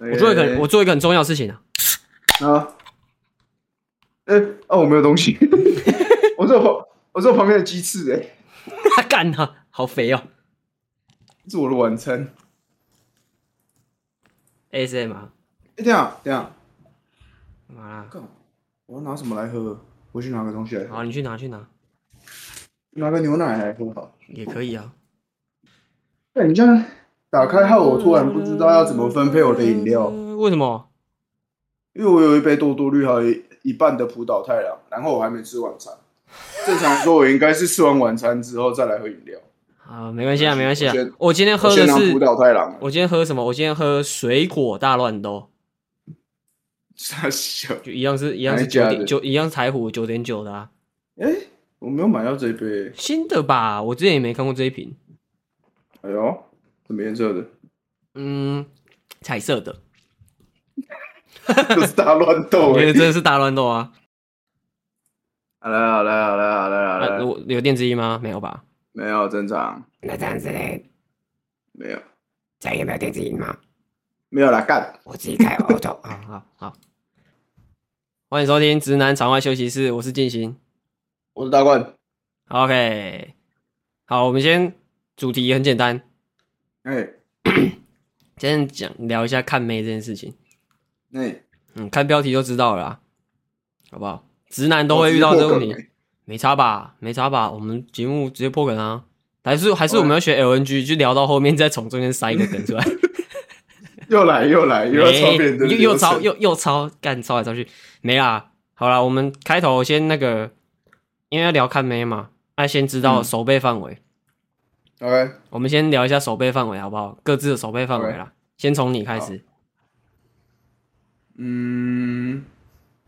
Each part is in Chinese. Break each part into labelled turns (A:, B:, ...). A: 我做一个很，我做一个很重要的事情啊。
B: 啊，哎、啊，我没有东西， 我是我旁我是我旁边的鸡翅、欸，哎，
A: 干他，好肥哦
B: 这是我的晚餐。
A: ！ASM 啊，
B: 哎、这样这样，
A: 干嘛啦？
B: 干嘛？我要拿什么来喝？我去拿个东西来喝，
A: 好，你去拿去拿
B: 拿个牛奶来喝好。
A: 也可以啊。
B: 那你这样打开后，我突然不知道要怎么分配我的饮料，
A: 呃为什么？
B: 因为我有一杯多多绿，还有一一半的葡萄太郎，然后我还没吃晚餐。正常来说，我应该是吃完晚餐之后再来喝饮料。
A: 啊，没关系啊，没关系啊
B: 我先。
A: 我今天喝
B: 我先
A: 的
B: 拿
A: 是
B: 葡，萄太郎，
A: 我今天喝什么？我今天喝水果大乱斗，
B: 傻笑。
A: 就一样是一样是
B: 哪一家
A: 九
B: 的
A: 点九，一样是台虎九点九的啊，
B: 哎、我没有买到这一杯，
A: 新的吧？我之前也没看过这一瓶，
B: 哎呦，什么颜色的？
A: 嗯，彩色的，
B: 这是大乱斗
A: 我觉
B: 哎、
A: 得真的是大乱斗啊！
B: 好了好了好了好了好
A: 啊
B: 了，
A: 我有电子音吗？没有吧？
B: 没有正常，
A: 那这样子嘞，
B: 没有
A: 再有没有电子音吗？
B: 没有啦，干
A: 我自己开 auto 啊， 好好。欢迎收听《直男场外休息室》，我是静心。
B: 我是大冠。
A: OK，好，我们先主题很简单，
B: 哎、
A: 先讲聊一下看妹这件事情。
B: 那、
A: 嗯，看标题就知道了啦，好不好？直男都会遇到这个问
B: 我直接破
A: 题
B: 梗，
A: 没差吧？没差吧？我们节目直接破梗啊，还是还是我们要学 LNG，就聊到后面再从中间塞一个梗出来，
B: 又来又来 又要抄别人的
A: 又
B: 流程、
A: 又抄又又抄，干抄来抄去，没啦。好啦，我们开头先那个，因为要聊看妹嘛，那先知道
B: 嗯
A: 手背范围，
B: OK，
A: 我们先聊一下手背范围好不好？各自的手背范围啦，先从你开始，
B: 嗯，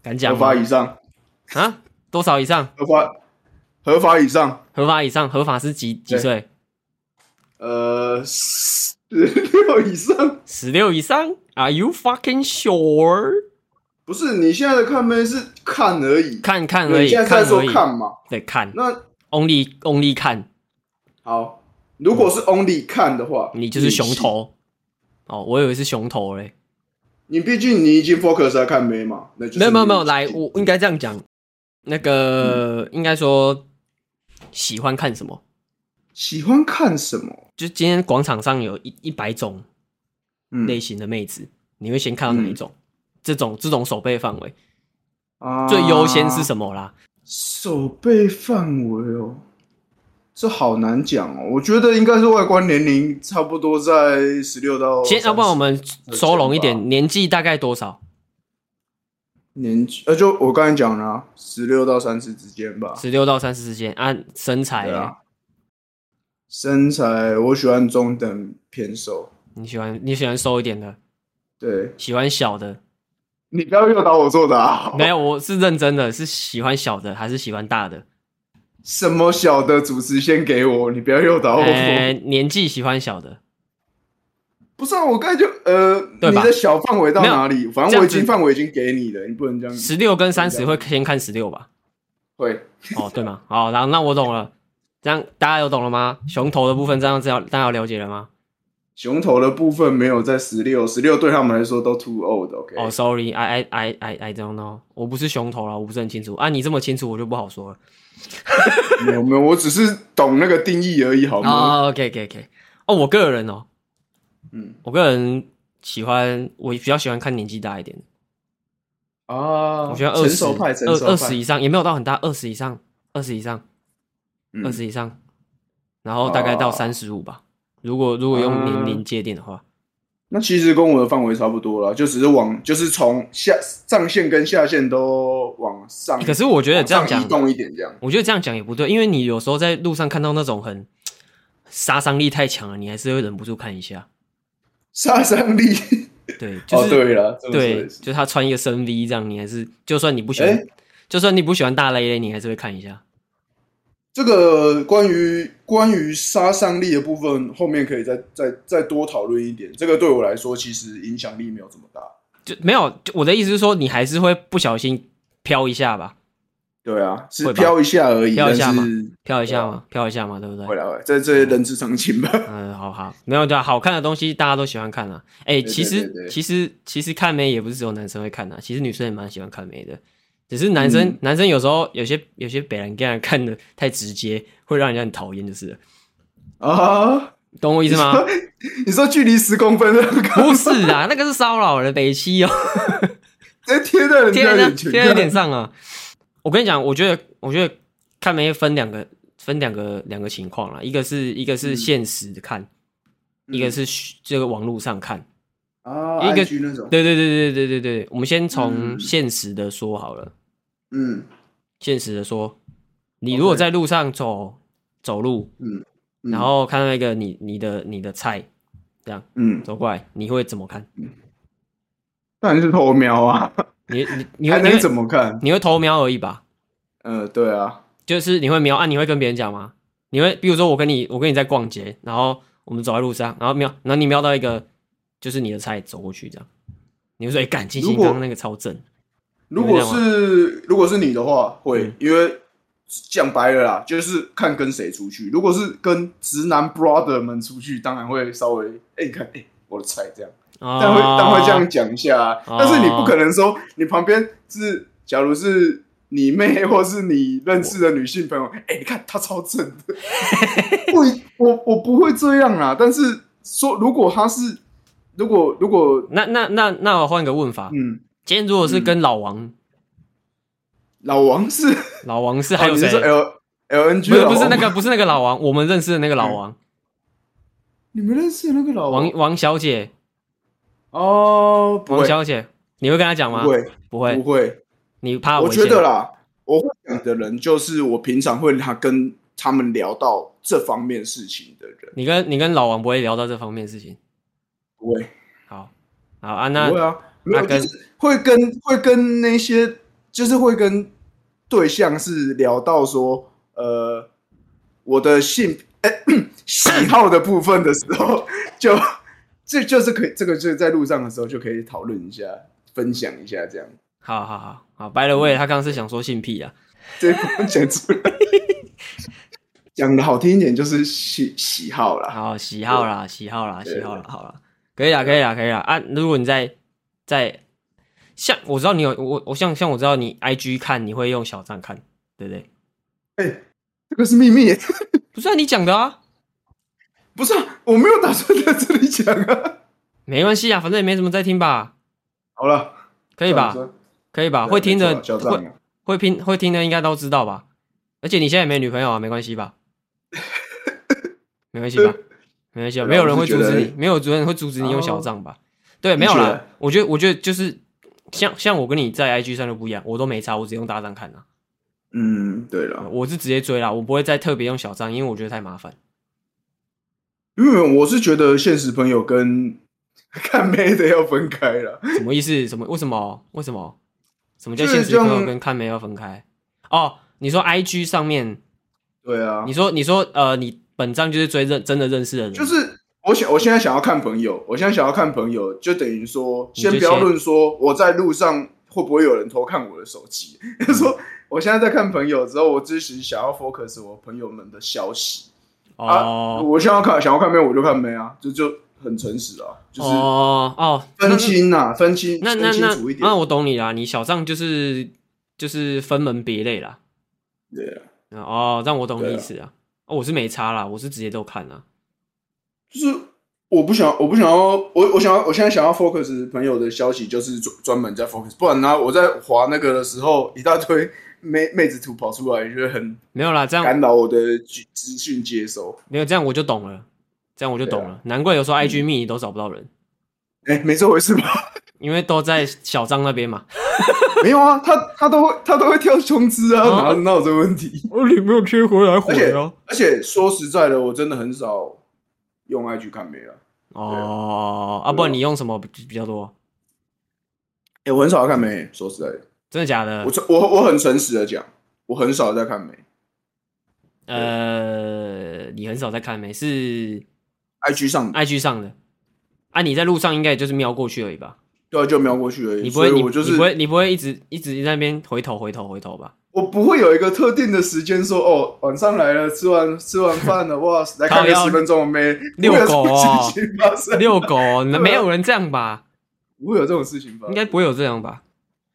A: 敢
B: 合
A: 讲吗
B: 法以上，
A: 啊？多少以上？
B: 合法合法以上，
A: 合法以上，合法是几几
B: 对
A: 岁？
B: 呃，十六以上，
A: 十六以上？Are you fucking sure？
B: 不是你现在的看妹是看而已，
A: 看看而
B: 你
A: 已，
B: 现在在
A: 看
B: 说
A: 而已，
B: 看嘛？
A: 对，看
B: 那
A: ，only only 看，
B: 好，如果是 only 看的话，
A: 嗯你就是熊头。哦，我以为是熊头嘞。
B: 你毕竟你已经 focus 在看妹嘛，那就是嗯
A: 没有没有没有，
B: 你
A: 来，我应该这样讲，那个、应该说喜欢看什么？
B: 喜欢看什么？
A: 就今天广场上有一一百种
B: 嗯
A: 类型的妹子，你会先看到哪一种？这种这种手背范围
B: 啊
A: 最优先是什么啦？
B: 手背范围哦，这好难讲哦。我觉得应该是外观年龄差不多在哦十六到30，
A: 先，要不然我们
B: 吧
A: 收拢一点，年纪大概多少？
B: 年纪呃，就我刚才讲了，十六到三十之间吧。
A: 十六到三十之间，按身材
B: 对
A: 嘞、
B: 啊，身材我喜欢中等偏瘦。
A: 你喜欢你喜欢瘦一点的，
B: 对
A: 喜欢小的？
B: 你不要诱导我做的啊！
A: 没有，我是认真的，是喜欢小的还是喜欢大的？
B: 什么小的主持先给我，你不要诱导哦我。
A: 呃，年纪喜欢小的，
B: 不是啊，我刚才就呃，
A: 对
B: 你
A: 吧
B: 的小范围到
A: 没有
B: 哪里？反正
A: 这样
B: 我已
A: 子
B: 经范围已经给你了，你不能这样。
A: 十六跟三
B: 嗯
A: 十会先看十六吧？
B: 会
A: 哦，对吗？好，然后那我懂了，这样大家有懂了吗？熊头的部分这样子要大家有了解了吗？
B: 熊头的部分没有在十六，十六对他们来说都 too old。OK，
A: 哦、s o r r y i I I I I don't know，我不是熊头了，我不是很清楚啊。你这么清楚，我就不好说了。
B: 没有没有，我只是懂那个定义而已，好吗？
A: 哦，OK OK OK，哦，我个人哦，
B: 嗯
A: 我个人喜欢，我比较喜欢看年纪大一点的。
B: 啊，
A: 我觉得二
B: 成
A: 十
B: 熟派，成熟
A: 二
B: 派
A: 二十以上也没有到很大，二十以上，二十以上，
B: 嗯
A: 二十以上，然后大概到
B: 哦嗯
A: 三十五吧。如果如果用年龄界定的话，
B: 那其实跟我的范围差不多了，就只是往，就是从下上限跟下限都往上。
A: 欸可是我觉得这样
B: 往上
A: 讲
B: 移，动一点这样。
A: 我觉得这样讲也不对，因为你有时候在路上看到那种很杀伤力太强了，你还是会忍不住看一下。
B: 杀伤力，
A: 对，就
B: 哦，
A: 是、
B: 对了，这么说
A: 对，
B: 也是
A: 就他穿一个深 V 这样，你还是就算你不喜欢，
B: 欸
A: 就算你不喜欢大类类，你还是会看一下。
B: 这个关于关于杀伤力的部分，后面可以再再再多讨论一点。这个对我来说，其实影响力没有这么大。
A: 就没有，就我的意思是说，你还是会不小心飘一下吧。
B: 对啊，是
A: 会吧
B: 飘一下而已，
A: 飘
B: 但
A: 一下嘛
B: 是
A: 飘一下嘛，飘一下嘛，对不对
B: 会？来会啦，这这些人之常情吧。
A: 嗯，好好，没有对啊，好看的东西大家都喜欢看啊。
B: 对
A: 哎、其实
B: 对对
A: 其实其实看妹也不是只有男生会看啊，其实女生也蛮喜欢看妹的。只是男生、
B: 嗯
A: 男生有时候有些有些北人给人看的太直接，会让人家很讨厌，就是了
B: 啊，
A: 懂我意思 嗯吗？
B: 你说距离十公分那个
A: 不是啊，那个是骚扰人，北 七哦，
B: 直接贴在人
A: 贴
B: 家
A: 在那
B: 脸前，
A: 贴在脸上啊。我跟你讲，我觉得我觉得看妹分两个分两个两个情况啊啦，一个是一个是
B: 嗯
A: 现实看，
B: 嗯
A: 一个是虚这个网络上看。
B: 啊，
A: 一个
B: IG 那种，
A: 对对对对对对对，我们先从
B: 嗯
A: 现实的说好了。
B: 嗯
A: 现实的说，你如果
B: OK
A: 在路上走走路，
B: 嗯
A: 然后看到一个你你的你的菜
B: 嗯，
A: 走过来，你会怎么看？
B: 当然是偷瞄啊，
A: 你你你
B: 还
A: 会你
B: 能
A: 会
B: 怎么看？
A: 你会偷瞄而已吧？
B: 嗯，对啊，
A: 就是你会瞄啊，你会跟别人讲吗？你会比如说我跟你我跟你在逛街，然后我们走在路上，然后瞄，然后你瞄到一个就是你的菜走过去这样，你会说哎，干、金星
B: 如果
A: 刚刚那个超正，
B: 如果
A: 你
B: 是如果是你的话，会、
A: 嗯
B: 因为讲白了啦，就是看跟谁出去。如果是跟直男 brother 们出去，当然会稍微哎、你看哎、我的菜这样，
A: 啊
B: 但会、但会这样讲一下、啊。
A: 哦
B: 但是你不可能说你旁边是，假如是你妹或是你认识的女性朋友，哎、你看她超正的，不一，我我不会这样啦。但是说如果她是，如果如果
A: 那那那那我换个问法，
B: 嗯，
A: 今天如果是
B: 嗯
A: 跟老王，
B: 老王是，
A: 老王是还有谁？
B: 哦你是说 L L N
A: 不
B: G 哦
A: 是不是那个不是那个老王，我们认识的那个老王，
B: 你们认识的那个老
A: 王王小姐，
B: 哦，不
A: 王
B: 会
A: 小姐，你会跟她讲吗？
B: 不会
A: 不
B: 不
A: 会，
B: 会，
A: 你怕
B: 我
A: 危险
B: 觉得啦，我会讲的人就是我平常会他跟他们聊到这方面事情的人，
A: 你跟你跟老王不会聊到这方面的事情。
B: 不会
A: 好，好啊，那
B: 不会啊，没
A: 那
B: 有
A: 跟
B: 就是会跟会跟那些就是会跟对象是聊到说呃我的性、 哎喜好的部分的时候， 就这就是可以这个就是在路上的时候就可以讨论一下，分享一下这 样。
A: 好好好好，by the
B: 嗯
A: way，他刚刚是想说性癖啊，
B: 这部分讲出来，讲的好听一点就是喜喜好啦。
A: 好喜好啦，喜好啦，
B: 啊对
A: 喜好啦，好啦，可以啦，可以啦，可以啦啊！如果你在在像我知道你有我我像像我知道你 IG 看你会用小账看，对不对？
B: 哎这个是秘密，
A: 不是啊，你讲的啊，
B: 不是、啊、我没有打算在这里讲啊。
A: 没关系啊，反正也没什么在听吧，
B: 好了，可
A: 可以吧？可以吧？会听的
B: 小
A: 会
B: 张啊，
A: 会听会听的应该都知道吧？而且你现在也没女朋友啊，没关 系吧？没关系吧？没关系
B: 对啊
A: 吧？没有人会
B: 我是
A: 阻
B: 觉得
A: 止你，没有主任会阻止你用小账吧？对，没有
B: 的
A: 啦
B: 确。
A: 我觉得，我觉得就是像像我跟你在 IG 上就不一样，我都没差，我只用大账看啦。啊
B: 嗯，对了，
A: 我是直接追啦，我不会再特别用小账，因为我觉得太麻烦。
B: 因为我是觉得现实朋友跟 看妹的要分开了。
A: 什么意思？什么？为什么？为什么？什么叫
B: 就是
A: 现实朋友
B: 像
A: 跟看没有分开？哦，你说 IG 上面，
B: 对啊
A: 你，说你说呃，你本账就是追认真的认识的人，
B: 就是我想我现在想要看朋友，我现在想要看朋友，就等于说，
A: 你就
B: 先不要
A: 先
B: 论说我在路上会不会有人偷看我的手机，
A: 嗯
B: 就说我现在在看朋友之后，我只是想要 focus 我朋友们的消息、啊，
A: 哦
B: 我想要看想要看妹我就看妹啊，就就很诚实啊，就是
A: 哦哦，
B: 分清啊，分清
A: 那那
B: 分清
A: 那
B: 楚一点
A: 那，我懂你啦，你小账就是就是分门别类啦。
B: 对啊，
A: 嗯哦，让我懂你
B: 对啊
A: 意思啊。哦，我是没差啦，我是直接都看啦。
B: 就是。我不想，我不想要，我我想要，我现在想要 focus 朋友的消息，就是专专门在 focus，不然呢、我在滑那个的时候，一大堆妹妹子图跑出来，就会很
A: 没有啦，这样
B: 干扰我的资资讯接收。
A: 没有这样我就懂了，这样我就懂
B: 啊
A: 了。难怪有
B: 嗯
A: 时候 IG 密你都找不到人，
B: 哎、没这回事吧？
A: 因为都在小张那边嘛。
B: 没有啊，他他都会他都会跳胸枝啊，哪
A: 哦
B: 哪有这个问题？
A: 哦，你没有贴回啊来
B: 而且而且说实在的，我真的很少用 IG 看妹了。啊
A: 哦，啊，不然你用什么比比较多？
B: 哎、我很少看妹，说实在的，
A: 真的假的
B: 我？我我很诚实的讲，我很少在看妹
A: 呃，你很少在看没？是
B: IG 上，
A: IG 上的啊？你在路上应该也就是瞄过去而已吧？
B: 对啊，就瞄过去而已。
A: 你不会，
B: 所以
A: 你
B: 我就是
A: 你不会，你不会一直一直在那边回头回头回头吧？
B: 我不会有一个特定的时间说哦，晚上来了，吃完吃完饭了， 哇，来看个
A: 靠腰
B: 十分钟没
A: 遛狗哦
B: 事情发生，
A: 遛狗哦，
B: 啊
A: 没有人这样吧？
B: 不会有这种事情发生。
A: 应该不会有这样吧？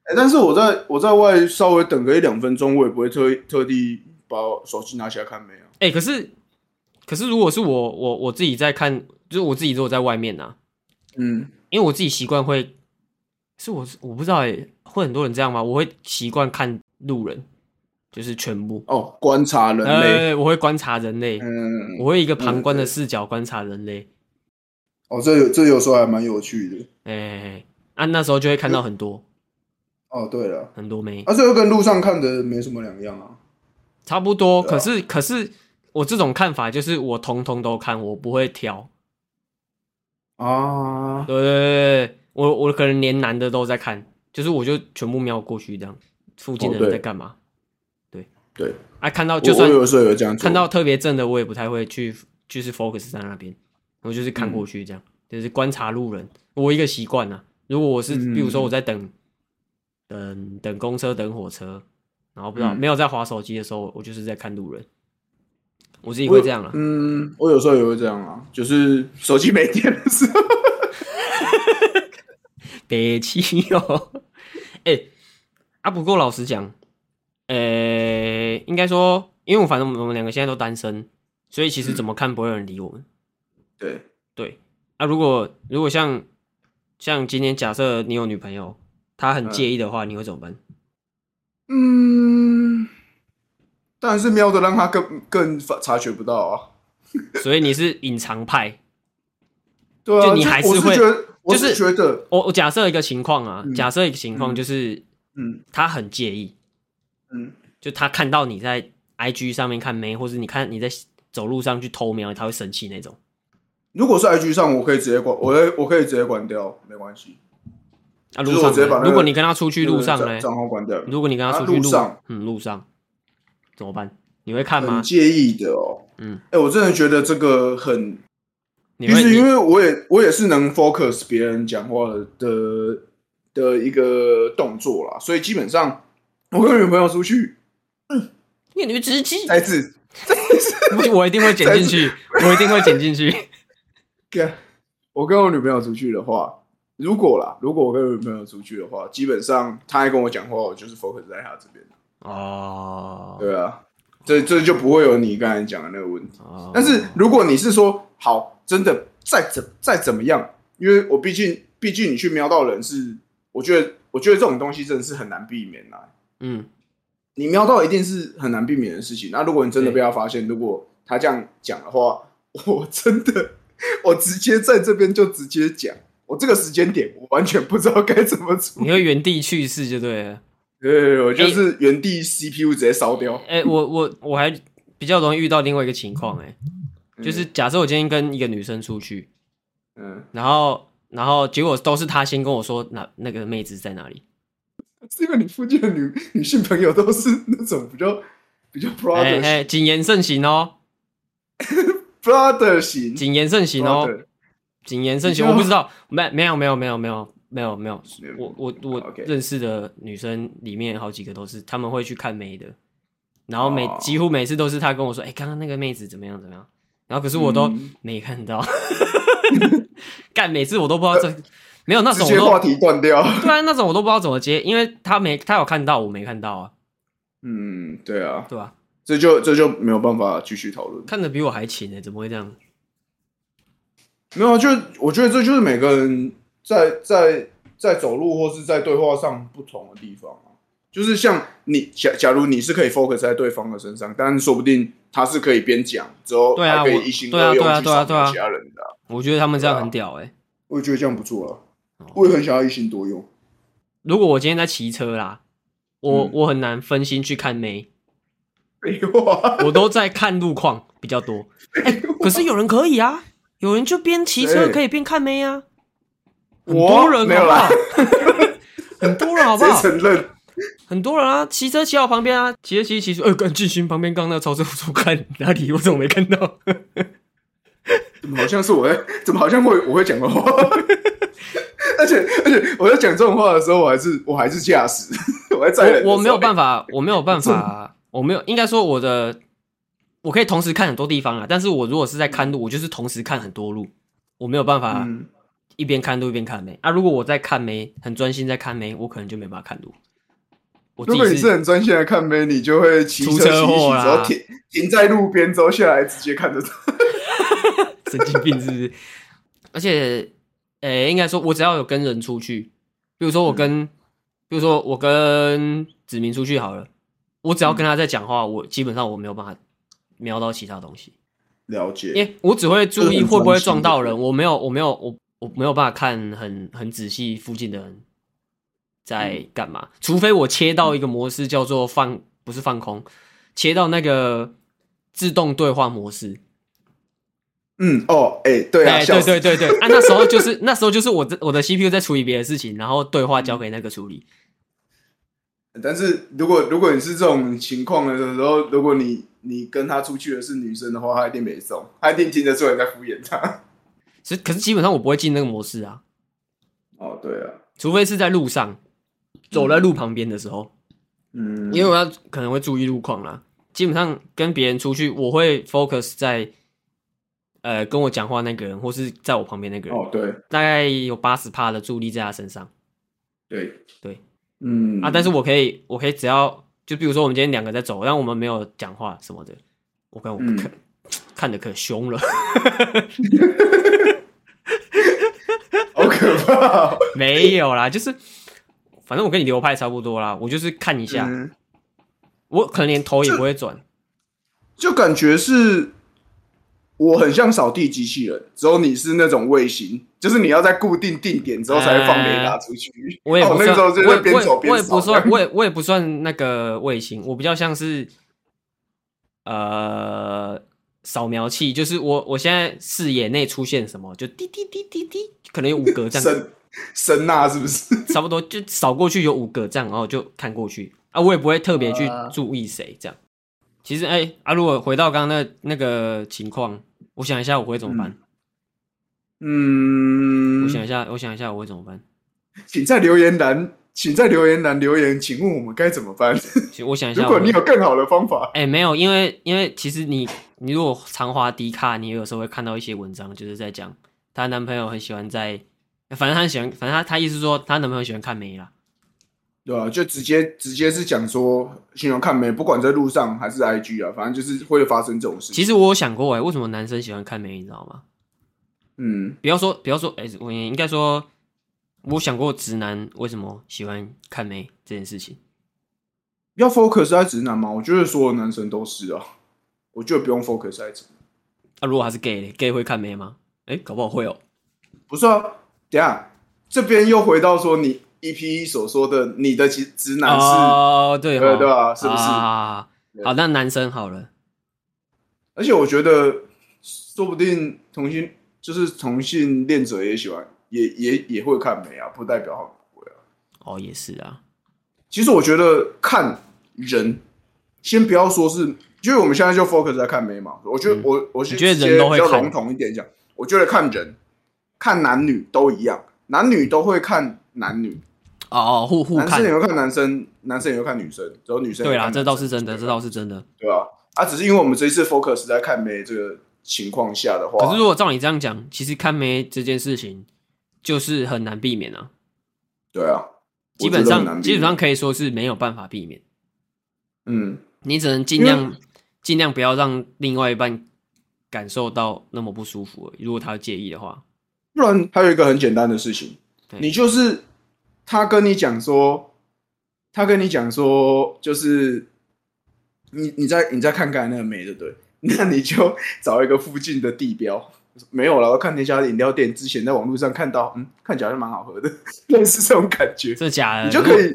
B: 哎但是我在我在外稍微等个一两分钟，我也不会特特地把手机拿起来看啊没有。
A: 哎、可是可是如果是我我我自己在看，就是我自己如果在外面啊，
B: 嗯，
A: 因为我自己习惯会，是我我不知道哎、会很多人这样吗？我会习惯看路人，就是全部，
B: 哦，观察人类，
A: 呃，我会观察人类，
B: 嗯，
A: 我会一个旁观的视角观察人类，
B: 哦，这有这有时候还蛮有趣的。
A: 哎、啊，那时候就会看到很多
B: 哦，对了，
A: 很多妹，
B: 啊，这个跟路上看的没什么两样啊。
A: 差不多。
B: 对啊
A: 可是可是我这种看法就是我通通都看，我不会挑。
B: 啊，
A: 对对对对，我我可能连男的都在看，就是我就全部瞄过去这样，附近的
B: 哦
A: 人
B: 对
A: 在干嘛？对
B: 对，
A: 啊，看到
B: 我
A: 就算
B: 我有时候有这样做
A: 看到特别正的，我也不太会去就是 focus 在那边，我就是看过去
B: 嗯
A: 这样，就是观察路人，我一个习惯啊。如果我是，
B: 嗯
A: 比如说我在等等等公车、等火车，然后不知道、
B: 嗯
A: 没有在划手机的时候，我就是在看路人，我自己会这样了、啊
B: 嗯，我有时候也会这样啊，就是手机没电的时候。
A: 憋气哦。 哎、啊，不过老实讲，呃、应该说，因为我反正我们两个现在都单身，所以其
B: 嗯
A: 实怎么看不会有人理我们。
B: 对，
A: 对，啊，如果如果像像今天假设你有女朋友，她很介意的话，你会怎么办？
B: 嗯，当然是瞄的让他更更发察觉不到啊。
A: 所以你是隐藏派。
B: 对啊，
A: 就你
B: 这
A: 还是
B: 我是
A: 会
B: 觉得，我
A: 就是
B: 是觉得，
A: 我我假设一个情况啊，
B: 嗯
A: 假设一个情况就是
B: 嗯
A: 她很介意，
B: 嗯，
A: 就她看到你在 IG 上面看妹，或是你看你在走路上去偷瞄，她会生气那种。
B: 如果是 IG 上，我可以直接关，我会我可以直接关掉，没关系。
A: 啊，
B: 就是
A: 路上
B: 我直接把
A: 呢
B: 那个
A: 如果你跟她出去路上
B: 那个
A: 呢
B: 账？账号关掉，
A: 如果你跟她
B: 啊
A: 出去
B: 路上
A: 嗯路上怎么办？你会看吗
B: 很？介意的哦。
A: 嗯，
B: 哎、我真的觉得这个很，
A: 你
B: 其
A: 会
B: 实因
A: 你
B: 为我也我也是能 focus 别人讲话的的的一个动作啦，所以基本上我跟女朋友出去，
A: 你女直击，
B: 再次
A: 不是 我一定会剪进去，我一定会剪进 去。
B: 跟我跟我女朋友出去的话，如果啦，如果我跟我女朋友出去的话，基本上她爱跟我讲话，我就是 focus 在她这边。
A: 哦，
B: 对啊，这这就不会有你刚才讲的那个问题。
A: 哦
B: 但是如果你是说好，真的再怎再怎么样，因为我毕竟毕竟你去瞄到人是，我觉得我觉得这种东西真的是很难避免啊啦、
A: 嗯，
B: 你瞄到一定是很难避免的事情。那如果你真的被他发现，如果他这样讲的话， 我真的我直接在这边就直接讲，我这个时间点我完全不知道该怎么处理。哎
A: 你会原地去世就对了。
B: 对，我就是原地 CPU 直接烧掉。
A: 哎、我我我还比较容易遇到另外一个情况，哎，就是假设我今天跟一个女生出去，
B: 嗯，
A: 然后然后结果都是她先跟我说哪那个妹子在哪里，
B: 是因为你附近的女女性朋友都是那种比较比较
A: 哎
B: brother 型
A: 哎，谨言慎行哦，
B: brother 型
A: 谨言慎行哦，
B: brother
A: 谨言慎行。
B: 你知道
A: 我不知道，没没有没有没有没有没有没有
B: 没有，
A: 我我我
B: OK
A: 认识的女生里面好几个都是，她们会去看妹的，然后每
B: 哦
A: 几乎每次都是她跟我说，哎，刚刚那个妹子怎么样怎么样，然后可是我都
B: 嗯
A: 没看到， 干每次我都不知道这没有那
B: 直
A: 种
B: 接话
A: 我都
B: 题断掉。
A: 对啊，那种我都不知道怎么接，因为她没她有看到我没看到啊，
B: 嗯，对啊，
A: 对吧？
B: 这就这就没有办法继续讨论。
A: 看的比我还勤呢，欸怎么会这样？
B: 没有啊，就我觉得这就是每个人在在在走路或是在对话上不同的地方啊。就是像你假假如你是可以 focus 在对方的身上，但是说不定他是可以边讲之后
A: 对啊
B: 还可
A: 我
B: 以一心
A: 对啊
B: 二用
A: 对啊
B: 去
A: 对啊
B: 照顾
A: 对啊
B: 其他人的啊、
A: 我觉得他们这样
B: 对啊
A: 很屌哎、
B: 我也觉得这样不错了
A: 哦，
B: 我也很想要一心多用。
A: 如果我今天在骑车啦，我、
B: 嗯
A: 我很难分心去看妹，
B: 废话，
A: 我都在看路况比较多。哎可是有人可以啊，有人就边骑车
B: 谁
A: 可以边看妹啊， 很
B: 我
A: 多人
B: 没
A: 好
B: 有
A: 不好
B: 啦，？
A: 很多人好不
B: 谁
A: 好？
B: 承认？
A: 很多人啊，骑车骑到旁边啊，骑着骑着骑着，哎、刚进行旁边刚那个超车，我怎么看哪里？我怎么没看到？
B: 怎么好像是我在？怎么好像会我会讲的话？ 而且而且我在讲这种话的时候，我还是我还是驾驶，我 在载人的时候
A: 我我没有办
B: 法，
A: 法，我没有办法，我没有，应该说我的，我可以同时看很多地方啊。但是我如果是在看路，我就是同时看很多路，我没有办法
B: 嗯，
A: 一边看路一边看梅啊。如果我在看梅，很专心在看梅，我可能就没办法看路。我自
B: 如
A: 己
B: 果你是很专心的看呗，你就会骑
A: 出
B: 车骑
A: 车
B: 一骑之
A: 祸啦
B: 后停停在路边之后下来直接看着它。
A: 神经病是不是？而且，诶、应该说，我只要有跟人出去，比如说我跟，
B: 嗯
A: 比如说我跟子明出去好了，我
B: 嗯
A: 只要跟他在讲话，我基本上我没有办法瞄到其他东西，
B: 了
A: 因
B: 解，
A: 为我只会注
B: 这
A: 意
B: 是很
A: 会不会
B: 专心
A: 撞
B: 的
A: 到人，我没有，我没有，我我没有办法看很很仔细附近的人
B: 嗯
A: 在干嘛，除非我切到一个模式叫做放，不是放空，切到那个自动对话模式，
B: 嗯，哦，哎、对啊，
A: 哎
B: 笑
A: 对
B: 死
A: 对对对，啊，那时候就是那时候就是我在我的 CPU 在处理别的事情，然后对话交给那个处理。
B: 但是如果如果你是这种情况的时候，如果你你跟他出去的是女生的话，他一定没送，他一定听得出来在敷衍他。
A: 其实可是基本上我不会进那个模式啊，
B: 哦，对啊，
A: 除非是在路上走在路旁边的时候，
B: 嗯，
A: 因为我要可能会注意路况啦。基本上跟别人出去，我会 focus 在呃跟我讲话那个人，或是在我旁边那个人，
B: 哦，对
A: 大概有八十趴的注力在他身上
B: 对
A: 对，
B: 嗯
A: 啊。但是我可以，我可以只要就比如说我们今天两个在走，但我们没有讲话什么的，我跟我
B: 嗯
A: 看、看的可凶了。
B: 好可怕 哦、
A: 没有啦，就是反正我跟你流派差不多啦，我就是看一下，
B: 嗯，
A: 我可能连头也不会转。
B: 就感觉是我很像扫地机器人，只有你是那种卫星，就是你要在固定定点之后才会放雷达出去。
A: 我也
B: 哦
A: 不
B: 那个
A: 算，
B: 时候就
A: 我
B: 是
A: 也
B: 边
A: 我也
B: 走边
A: 我也
B: 扫
A: 不
B: 这样
A: 算，我也我也不算那个卫星，我比较像是呃扫描器，就是我我现在视野内出现什么，就滴滴滴滴滴，可能有五格这样子，
B: 声声呐是不是？
A: 差不多就扫过去有五格这样，然后就看过去啊，我也不会特别去注意谁这样。其实哎、啊，如果回到刚刚那那个情况，我想一下我会怎么办。
B: 嗯
A: 嗯我，想一下，我想一下，我会怎么办？
B: 请在留言栏，请在留言栏留言，请问我们该怎么办？
A: 其实我想一下，
B: 如果
A: 我
B: 你有更好的方法，
A: 哎、没有，因为因为其实你你如果常滑低卡，你有时候会看到一些文章，就是在讲她男朋友很喜欢在，反正她很喜欢，反正她她意思说她男朋友喜欢看美啦，
B: 对啊，就直接直接是讲说，形容看没，不管在路上还是 IG 啊，反正就是会发生这种事情。
A: 其实我有想过哎、为什么男生喜欢看美，你知道吗？
B: 嗯，
A: 不要说不要说，哎、我应该说，我想过直男为什么喜欢看美这件事情。
B: 要 focus 在直男吗？我觉得所有男生都是啊，我觉得不用 focus 在直男。
A: 啊，如果他是 gay 嘞，gay 会看美吗？哎、搞不好会哦、
B: 不是啊，等一下这边又回到说你 EP 所说的你的直直男是，
A: 哦，对
B: 对
A: 哦
B: 对啊是不是
A: 啊
B: 对
A: 好，那男生好了。
B: 而且我觉得说不定同性就是同性恋者也喜欢，也也也会看美啊，不代表他们不会啊。
A: 哦，也是啊，
B: 其实我觉得看人，先不要说是，因为我们现在就 focus 在看美嘛。我觉得
A: 嗯
B: 我、我
A: 你
B: 是
A: 觉得
B: 直接
A: 人都会
B: 比较
A: 看
B: 笼统一点讲，我觉得看人，看男女都一样，男女都会看男女，
A: 哦，互互
B: 男
A: 看
B: 生，也会看男生，男生也会看女生，只有女生也
A: 对
B: 会
A: 啦，
B: 看
A: 这
B: 男
A: 倒
B: 生
A: 是真的，这倒是真的。
B: 对吧、啊？只是因为我们这一次 focus 在看美这个情况下的话，
A: 可是如果照你这样讲，其实看妹这件事情就是很难避免啊，
B: 对啊，
A: 基本
B: 我觉得很难
A: 上
B: 避
A: 基
B: 免
A: 本上可以说是没有办法避免，
B: 嗯，
A: 你只能尽量尽量不要让另外一半感受到那么不舒服而已。如果他介意的话，
B: 不然还有一个很简单的事情，
A: 对
B: 你就是他跟你讲说，他跟你讲说，就是你你在你在看刚才那个美，对不对？ 那你就找一个附近的地标，没有了，我看那家饮料店，之前在网络上看到，嗯，看起来就蛮好喝的， 类似这种感觉，
A: 真的假的？
B: 你就可以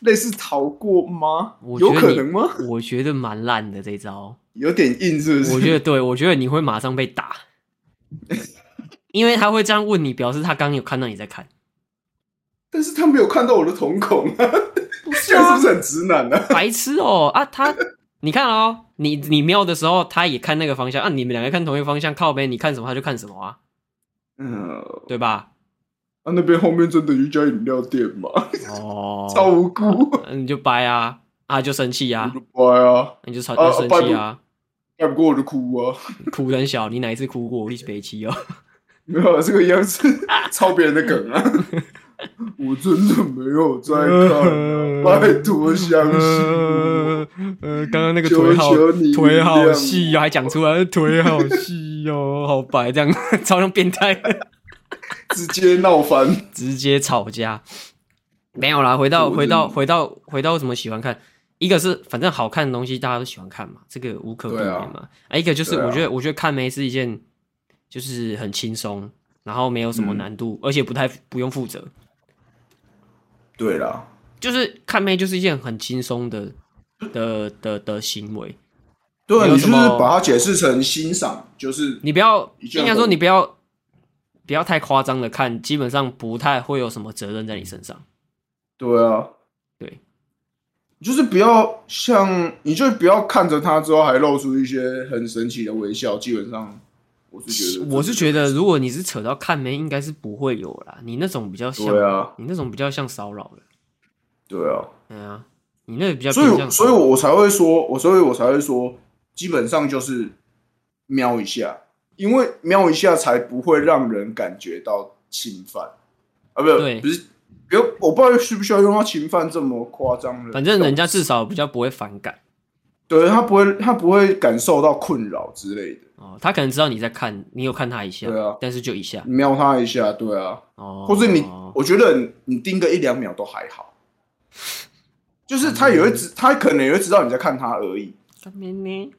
B: 类似逃过吗？
A: 呃我觉
B: 有
A: 得
B: 可
A: 你
B: 能吗？
A: 如果。我觉得蛮烂的这一招，
B: 有点硬是不是？
A: 我觉得对，我觉得你会马上 被打，因为他会这样问你，表示他刚有看到你在看。
B: 但是他没有看到我的瞳孔啊，
A: 不是
B: 这样是
A: 啊
B: 不，是很直男呢、啊？
A: 白痴哦啊！他，你看哦，你你瞄的时候，他也看那个方向啊，你们两个看同一个方向，靠背，你看什么他就看什么啊，
B: 嗯，
A: 对吧？
B: 啊，那边后面真的有一家饮料店嘛，
A: 哦，
B: 超无辜，
A: 那你就掰啊，啊就生气啊
B: 我，就掰啊，
A: 你就吵
B: 啊
A: 就生气啊，
B: 干不过我就哭啊，
A: 哭得很小，你哪一次哭过？你是北七哦，
B: 没有啊，这个一样 是抄别人的梗啊，我真的没有在 看、啊，拜托相信我，
A: 呃，呃刚刚那个
B: 求
A: 腿好
B: 求你
A: 腿
B: 原
A: 好
B: 谅
A: 细哦，还讲出来腿好细哦，好白，这样 超像变态，
B: 直接闹翻，
A: 直接吵架。没有啦，回到
B: 我
A: 回到
B: 真的
A: 回到回到为什么喜欢看？一个是反正好看的东西大家都喜欢看嘛，这个无可避
B: 对
A: 免
B: 啊
A: 嘛。啊，一个就是
B: 对啊
A: 我觉得我觉得看妹是一件就是很轻松，然后没有什么
B: 嗯
A: 难度，而且不太不用负责。
B: 对啦，
A: 就是看妹就是一件很轻松的的的的行为，
B: 对啊，
A: 你有
B: 你就是
A: 什么
B: 把它解释成欣赏，就是
A: 你不要
B: 一句话
A: 应该说你不要不要太夸张的看，基本上不太会有什么责任在你身上。
B: 对啊，
A: 对，
B: 就是不要像，你就不要看着他之后还露出一些很神奇的微笑。基本上，我是觉得，
A: 我是觉得，如果你是扯到看妹，应该是不会有啦。你那种比较像，
B: 对啊，
A: 你那种比较像骚扰了。
B: 对啊，
A: 对啊，你那个比较
B: 所
A: 偏向
B: 以，
A: 骚
B: 所
A: 扰
B: 以我才会说，我所以我才会说，基本上就是瞄一下，因为瞄一下才不会让人感觉到侵犯啊，不
A: 对
B: 是，不是，不要，我不知道需不需要用到侵犯这么夸张的，
A: 反正人家至少比较不会反感
B: 对他不会，他不会感受到困扰之类的。
A: 哦。他可能知道你在看，你有看他一下，
B: 对啊
A: 但是就一下
B: 你瞄他一下，对啊，
A: 哦。
B: 或者你，我觉得你盯个一两秒都还好，就是他也会知，他可能也会知道你在看他而已。
A: 看妹呢？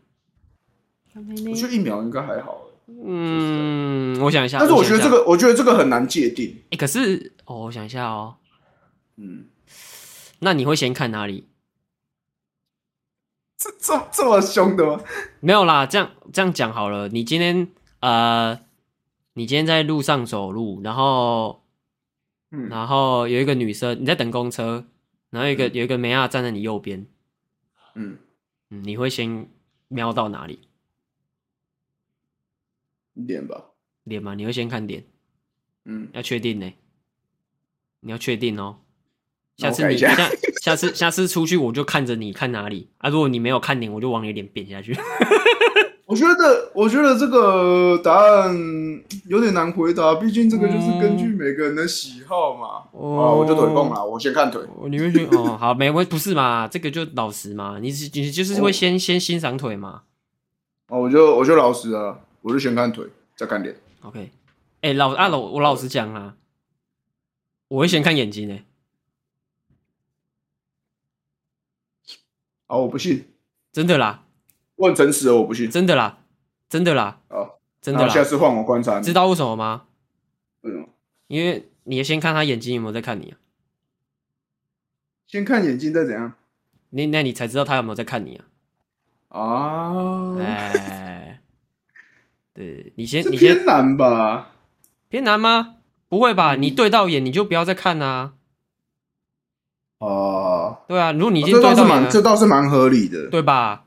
A: 看妹
B: 我
A: 呢
B: 觉？得一秒应该还好，欸
A: 嗯，我想一下。
B: 但是我觉
A: 想
B: 得
A: 一下
B: 这个，我觉得这个很难界定。
A: 欸，可是哦，我想一下哦，
B: 嗯，
A: 那你会先看哪里？
B: 这这这么凶的吗？
A: 没有啦，这样这样讲好了。你今天呃，你今天在路上走路，然后
B: 嗯，
A: 然后有一个女生你在等公车，然后有一个、有一个梅亚站在你右边，
B: 嗯，
A: 嗯，你会先瞄到哪里？
B: 一点吧。
A: 脸吗？你会先看脸，
B: 嗯，
A: 要确定呢、你要确定哦。
B: 那
A: 下
B: 我
A: 次
B: 改
A: 你
B: 一下
A: 下下 次下次出去我就看着你看哪里啊！如果你没有看脸，我就往你脸扁下去。
B: 我觉得，我觉得这个答案有点难回答，毕竟这个就是根
A: 嗯
B: 据每个人的喜好嘛。哦，我就腿
A: 碰
B: 痛啦，我先看腿。
A: 哦，你会先哦，好，没问不是嘛？这个就老实嘛，你是你就是会先、先欣赏腿嘛
B: 哦，我就我就老实啊，我就先看腿，再看脸。
A: ？OK，哎、老啊老，我老实讲啦，我会先看眼睛诶、
B: 啊，我不信。
A: 真的啦，
B: 我很诚实的，我不信。
A: 真的啦，真的啦，
B: 好，
A: 真的
B: 那下
A: 啦，
B: 次换我观察你。嗯
A: 知道为什么吗？
B: 为什么？
A: 因为你先看他眼睛有没有在看你啊，
B: 先看眼睛，再怎样
A: 你那你才知道他有没有在看你啊，
B: 啊？
A: 哎、对你先
B: 这
A: 你先
B: 偏难吧？
A: 偏难吗？不会
B: 嗯
A: 吧？你对到眼你就不要再看啊，
B: 哦，
A: 对啊，如果你已经
B: 这
A: 对到
B: 倒是
A: 眼
B: 蛮，
A: 了
B: 这，倒是蛮合理的。
A: 对吧？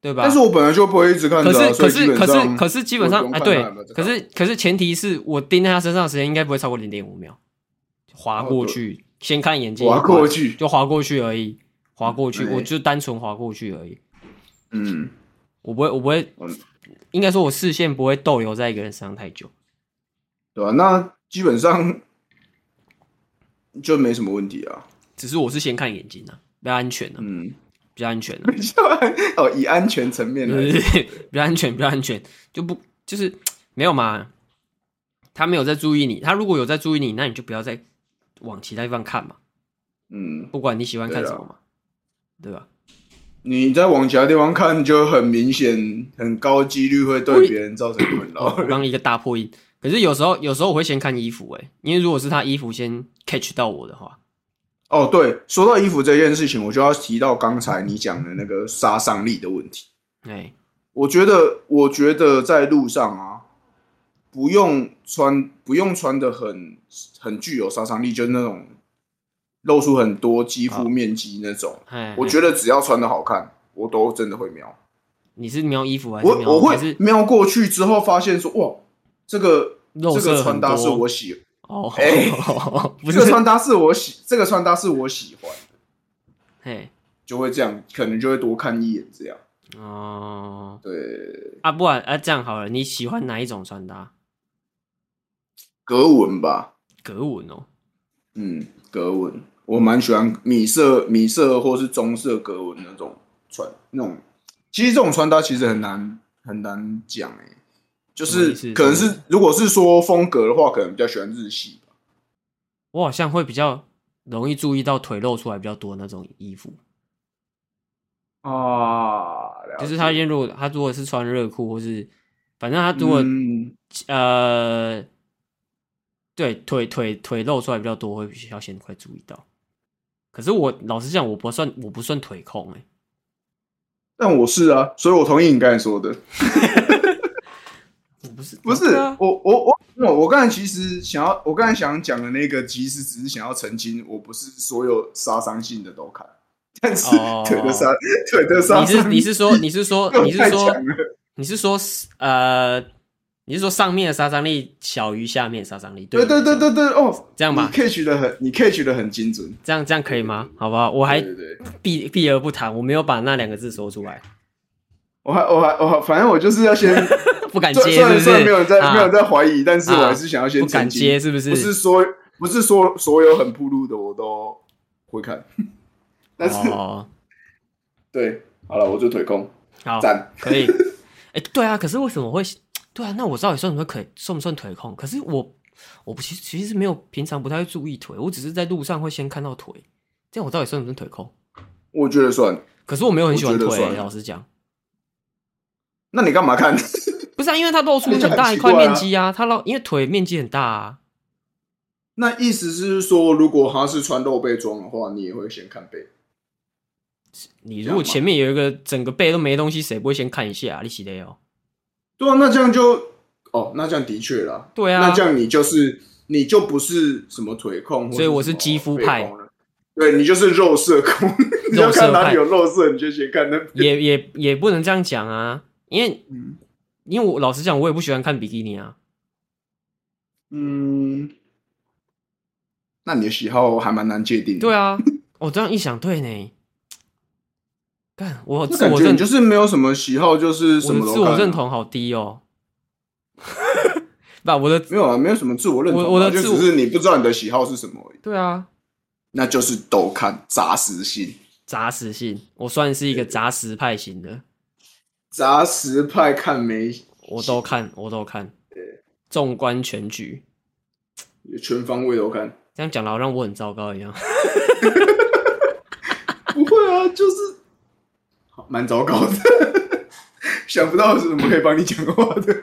A: 对吧？
B: 但是我本来就不会一直看着
A: 可
B: 啊，
A: 是
B: 所
A: 可
B: 以基
A: 是
B: 本
A: 可是
B: 上
A: 可是基本上
B: 我不
A: 哎
B: 用看
A: 对
B: 他有没有，在
A: 可
B: 看
A: 是可是前提是我盯在他身上的时间应该不会超过零点五秒，划
B: 哦
A: 过
B: 对
A: 去，先看眼睛，
B: 划过去，
A: 就划过去而已，划过去，
B: 嗯对
A: 我就单纯划过去而已，
B: 嗯，
A: 我不会我不会
B: 嗯，
A: 应该说我视线不会逗留在一个人身上太久，
B: 对吧、那基本上就没什么问题啊。
A: 只是我是先看眼睛啊，比较安全啊，
B: 嗯，
A: 比较安全啊，
B: 哦，以安全层面来说，
A: 对，比较安全，比较安全，就不就是没有嘛？他没有在注意你，他如果有在注意你，那你就不要再往其他地方看嘛，
B: 嗯，
A: 不管你喜欢看
B: 对啊
A: 什么嘛，对吧？
B: 你再往其他地方看，就很明显，很高几率会对别人造成困
A: 哦
B: 扰
A: 我。刚一个大破音，可是有时候有时候我会先看衣服、欸，因为如果是他衣服先 catch 到我的话，
B: 哦，对，说到衣服这件事情，我就要提到刚才你讲的那个杀伤力的问题。
A: 哎、
B: 我觉得，我觉得在路上啊，不用穿，不用穿的很很具有杀伤力，就是那种露出很多肌
A: 啊
B: 肤面积那种。
A: 哎，
B: 我
A: 得
B: 觉得只要穿的好看，我都真的会瞄。
A: 你是瞄衣服还是
B: 我
A: 瞄
B: 我
A: 还
B: 会
A: 是
B: 瞄过去之后，发现说哇，这个
A: 肉
B: 这
A: 色
B: 个
A: 很
B: 穿搭是
A: 多
B: 我喜，
A: 哦，
B: 哎
A: 不
B: 这
A: 是
B: 个，穿搭是我喜，这个穿搭是我喜欢的，
A: 嘿，
B: 就会这样，可能就会多看一眼这样。
A: 哦，
B: 对，
A: 啊，不然啊，这样好了，你喜欢哪一种穿搭？
B: 格纹吧，
A: 格纹哦，
B: 嗯，格纹，我蛮喜欢米色、米色或是棕色格纹那种穿那种。其实这种穿搭其实很难很难讲哎、就
A: 什么
B: 是
A: 意思
B: 可能
A: 什么
B: 是如果是说风格的话，可能比较喜欢日系吧。
A: 我好像会比较容易注意到腿露出来比较多那种衣服，
B: 啊，了
A: 就是
B: 解
A: 他今天如果他如果是穿热裤或是，反正他如果、
B: 嗯
A: 呃，对腿腿腿露出来比较多，会比较先快注意到。可是我老实讲，我不算我不算腿控哎、
B: 但我是啊，所以我同意你刚才说的。
A: 我不是
B: 不是
A: 对啊
B: 我我我没有我刚才其实想要，我刚才想讲的那个，其实只是想要澄清，我不是所有杀伤性的都看，但是
A: 哦
B: 腿的杀、腿的杀
A: 你是
B: 伤
A: 你 是说你是说
B: 力
A: 你是
B: 太
A: 说
B: 强了，
A: 你是说呃你是说上面的杀伤力小于下面的杀伤力？
B: 对
A: 对
B: 对
A: 你
B: 对
A: 来讲
B: 对对哦，
A: 这样吧
B: 你 catch 的很，你 catch 的很精准，
A: 这样这样可以吗？好不好？我还
B: 对对对，
A: 避避而不谈，我没有把那两个字说出来，
B: 我还我还我还，反正我就是要先，
A: 不敢接
B: 虽
A: 是
B: 虽
A: 不
B: 然虽然
A: 是？
B: 没有人在、
A: 啊
B: 没有人在怀疑，但是我
A: 啊
B: 还是想要先
A: 不敢
B: 澄清
A: 接是不是？
B: 不是说不是说所有很铺路的我都会看，但是、
A: 哦，
B: 对，好了，我就腿控，
A: 好，
B: 赞。
A: 可以。哎、对啊，可是为什么会？对啊，那我到底算不算腿，算不算腿控？可是我，我不其实其实是没有平常不太会注意腿，我只是在路上会先看到腿，这样我到底算不算腿控？
B: 我觉得算。
A: 可是我没有很喜欢
B: 我觉
A: 腿、
B: 得算
A: 老实讲，
B: 那你干嘛看？
A: 不是啊，因为它露出
B: 那就
A: 很
B: 很
A: 大一
B: 奇
A: 块
B: 怪啊
A: 面积啊，它露因为腿面积很大啊，
B: 那意思是说，如果他是穿露背装的话，你也会先看背。
A: 你如果前面有一个整个背都没东西，谁不会先看一下、啊？你洗的哦，
B: 对啊，那这样就哦，那这样的确啦。
A: 对啊
B: 那这样你就是你就不是什么腿控，
A: 所以我
B: 或
A: 是
B: 是什么
A: 肌肤
B: 背
A: 派
B: 控了。对你就是肉色 控，你要看哪里有肉色，你就先看那边。
A: 也也也不能这样讲啊，因为
B: 嗯
A: 因为我老实讲，我也不喜欢看比基尼啊，
B: 嗯，那你的喜好还蛮难界定的。
A: 对啊，我这样一想，对呢。干，我
B: 那
A: 自
B: 感
A: 我
B: 觉
A: 认
B: 你就是没有什么喜好，就是什
A: 我的
B: 么
A: 自
B: 都看啊
A: 我认同好低哦。 不，我的
B: 没有啊，没有什么自我认同啊，
A: 我我的
B: 就
A: 自我
B: 只是你不知道你的喜好是什么而已。
A: 对啊，
B: 那就是都看杂食性，
A: 杂食性，我算是一个杂食派型的，
B: 杂食派看美
A: 我都看，我都看，纵观全局。
B: 全方位都看。
A: 这样讲的好像我很糟糕一样，
B: 不会啊，就是好蛮糟糕的， 想不到有什么可以帮你讲话的。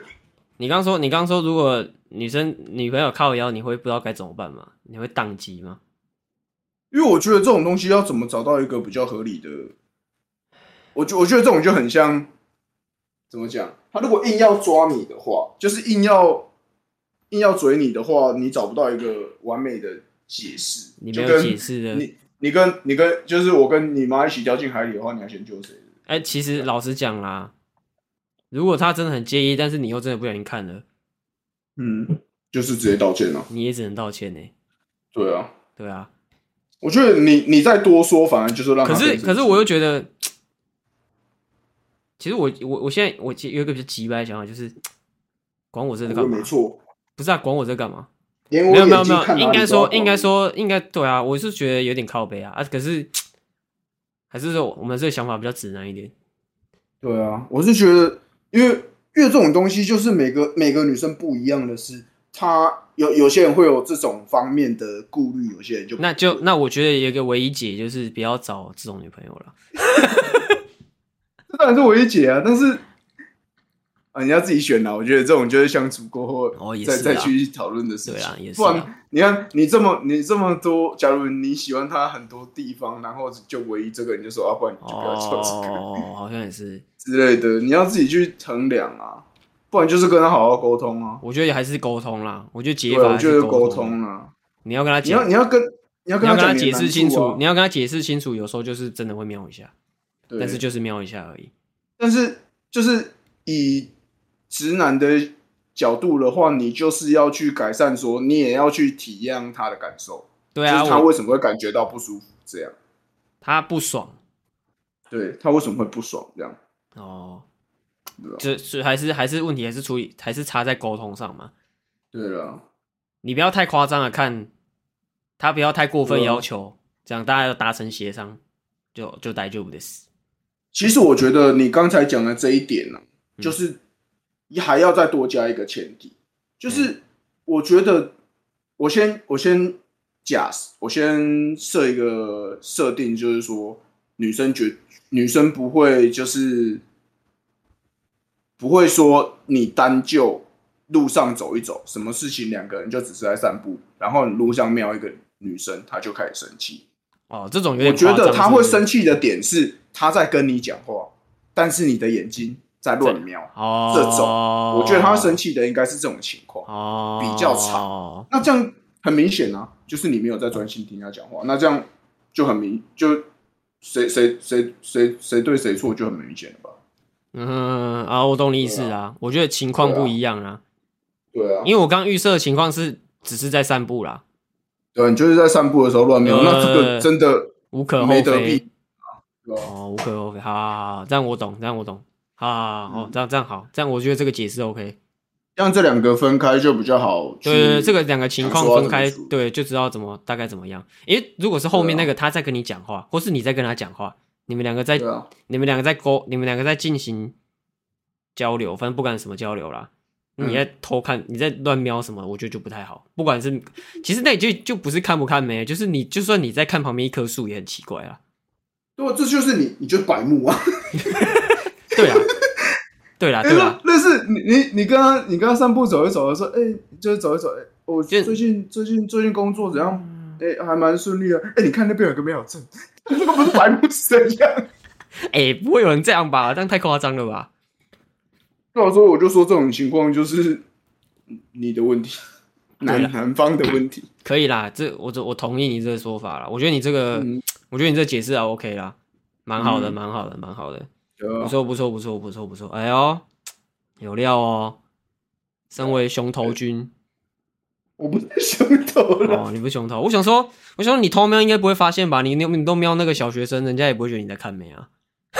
A: 你刚说，你刚说，如果女生女朋友靠腰，你会不知道该怎么办吗？你会宕机吗？
B: 因为我觉得这种东西要怎么找到一个比较合理的，我觉我觉得这种就很像怎么讲？他如果硬要抓你的话，就是硬要硬要追你的话，你找不到一个完美的解释。
A: 你
B: 就
A: 没有
B: 跟
A: 解释的。
B: 你你跟你跟就是我跟你妈一起掉进海里的话，你要先救谁？
A: 哎、其实老实讲啦，如果他真的很介意，但是你又真的不小心看了，
B: 嗯，就是直接道歉啊。
A: 你也只能道歉呢。
B: 对啊，
A: 对啊，
B: 我觉得你你再多说，反而就是让他
A: 可是
B: 更生
A: 可是
B: 气
A: 我又觉得，其实我我我现在我其实有一个比较急白的想法，就是管我这个
B: 我
A: 干嘛
B: 没？错，
A: 不是啊，管我这干嘛？
B: 连我
A: 没有没有
B: 眼
A: 没
B: 睛
A: 有，
B: 看哪
A: 应
B: 里
A: 该
B: 都要
A: 说
B: 管
A: 应该说应该对啊，我是觉得有点靠背啊啊，可是还是说我们这个想法比较直男一点。
B: 对啊，我是觉得，因为因为这种东西就是每个每个女生不一样的是，她有有些人会有这种方面的顾虑，有些人就
A: 那就那我觉得有一个唯一解就是不要找这种女朋友了。
B: 这当然是我一姐啊，但是。啊，你要自己选啦。我觉得这种就是相处过后，
A: 哦也
B: 再
A: 是
B: 再
A: 啊
B: 去讨论的事情。
A: 对啊也是
B: 不
A: 啊
B: 然，你看你这么你这么多，假如你喜欢他很多地方，然后就唯一这个，你就说啊，不然你就不要做这个、
A: 哦，好像也是，
B: 之类的，你要自己去衡量啊。不然就是跟他好好沟通啊。
A: 我觉得还是沟通啦。我觉得解
B: 对，啊
A: 法
B: 我
A: 还
B: 觉
A: 是
B: 得沟
A: 通
B: 通
A: 啦，
B: 啊。
A: 你要跟他
B: 你
A: 解
B: 要你要跟你要
A: 你
B: 跟
A: 要跟
B: 讲
A: 他
B: 你的
A: 解释清
B: 难处
A: 楚
B: 啊，
A: 你要跟他解释清楚，有时候就是真的会瞄一下，
B: 对
A: 但是就是瞄一下而已。
B: 但是就是以直男的角度的话，你就是要去改善说，你也要去体谅他的感受，
A: 对啊，
B: 就是他
A: 我
B: 为什么会感觉到不舒服，这样，
A: 他不爽
B: 对他为什么会不爽，这样，
A: 哦
B: 对啊，
A: 这是还是还是问题还是处理还是差在沟通上嘛。
B: 对啊了，
A: 你不要太夸张了，看他不要太过分
B: 对啊
A: 要求，这样大家要达成协商，就就大丈夫です。
B: 其实我觉得你刚才讲的这一点呢、就是还要再多加一个前提，就是我觉得我先我先假我先设一个设定，就是说女生绝女生不会就是不会说你单就路上走一走，什么事情两个人就只是在散步，然后你路上瞄一个女生，她就开始生气。
A: 哦，这种有
B: 我
A: 点
B: 觉
A: 夸
B: 得
A: 张
B: 他会
A: 是不是
B: 生气的点是他在跟你讲话，但是你的眼睛在乱瞄。
A: 哦，
B: 这种我觉得他会生
A: 气
B: 气的应该是这种情况。
A: 哦，
B: 比较长那这样很明显啊，就是你没有在专心听他讲话。那这样就很明，就谁谁谁谁谁对谁错就很明显了吧？
A: 嗯啊，我懂你意思
B: 对
A: 啊，我觉得情况
B: 对啊
A: 不一样啊，
B: 对啊，
A: 因为我刚预设的情况是只是在散步啦，
B: 对啊，你就是在散步的时候乱瞄，
A: 呃
B: 那这个真的
A: 无可厚
B: 没得
A: 非
B: 避。对吧？
A: 哦，无可厚非，好好好好，这样我懂，这样我懂，好好好好，哦
B: 嗯
A: 这样这样好，这样我觉得这个解释 OK，
B: 让这两个分开就比较好去。
A: 对对，对这个两个情况
B: 想说要
A: 分开
B: 怎么处，理
A: 对，就知道怎么大概怎么样，因为如果是后面那个他在跟你讲话，或是你在跟他讲话，你们两个在
B: 嗯对啊，
A: 你们两个在沟，你们两个在进行交流，反正不管什么交流啦，
B: 嗯
A: 你在偷看，你在乱瞄什么，我觉得就不太好。不管是，其实那就就不是看不看没，就是你就算你在看旁边一棵树也很奇怪啊。
B: 对啊，这就是你，你就是白目啊。
A: 对 啊，对啦，
B: 哎、
A: 对啦，
B: 那那是你你你跟他你跟他散步走一走的时候，哎、就是走一走，哎、我
A: 就
B: 最近最近最近工作怎样？
A: 嗯
B: 哎、还蛮顺利啊。哎、你看那边有个没有证， 那个不是白目是怎 样？
A: 哎、不会有人这样吧？这样太夸张了吧？
B: 到时候我就说这种情况就是你的问题，
A: 对
B: 男
A: 啦
B: 男方的问题。
A: 可以啦，这我这我同意你这个说法啦。我觉得你这个，
B: 嗯
A: 我觉得你这解释啊 OK 啦，蛮好的，
B: 嗯
A: 蛮好的，蛮好的。
B: 对
A: 不
B: 啊
A: 错，不错，不错，不错，不错。哎呦，有料哦！身为熊头君
B: 我不是熊头了，
A: 哦，你不是熊头，我想说，我想说你偷瞄应该不会发现吧？你你你都瞄那个小学生，人家也不会觉得你在看妹啊。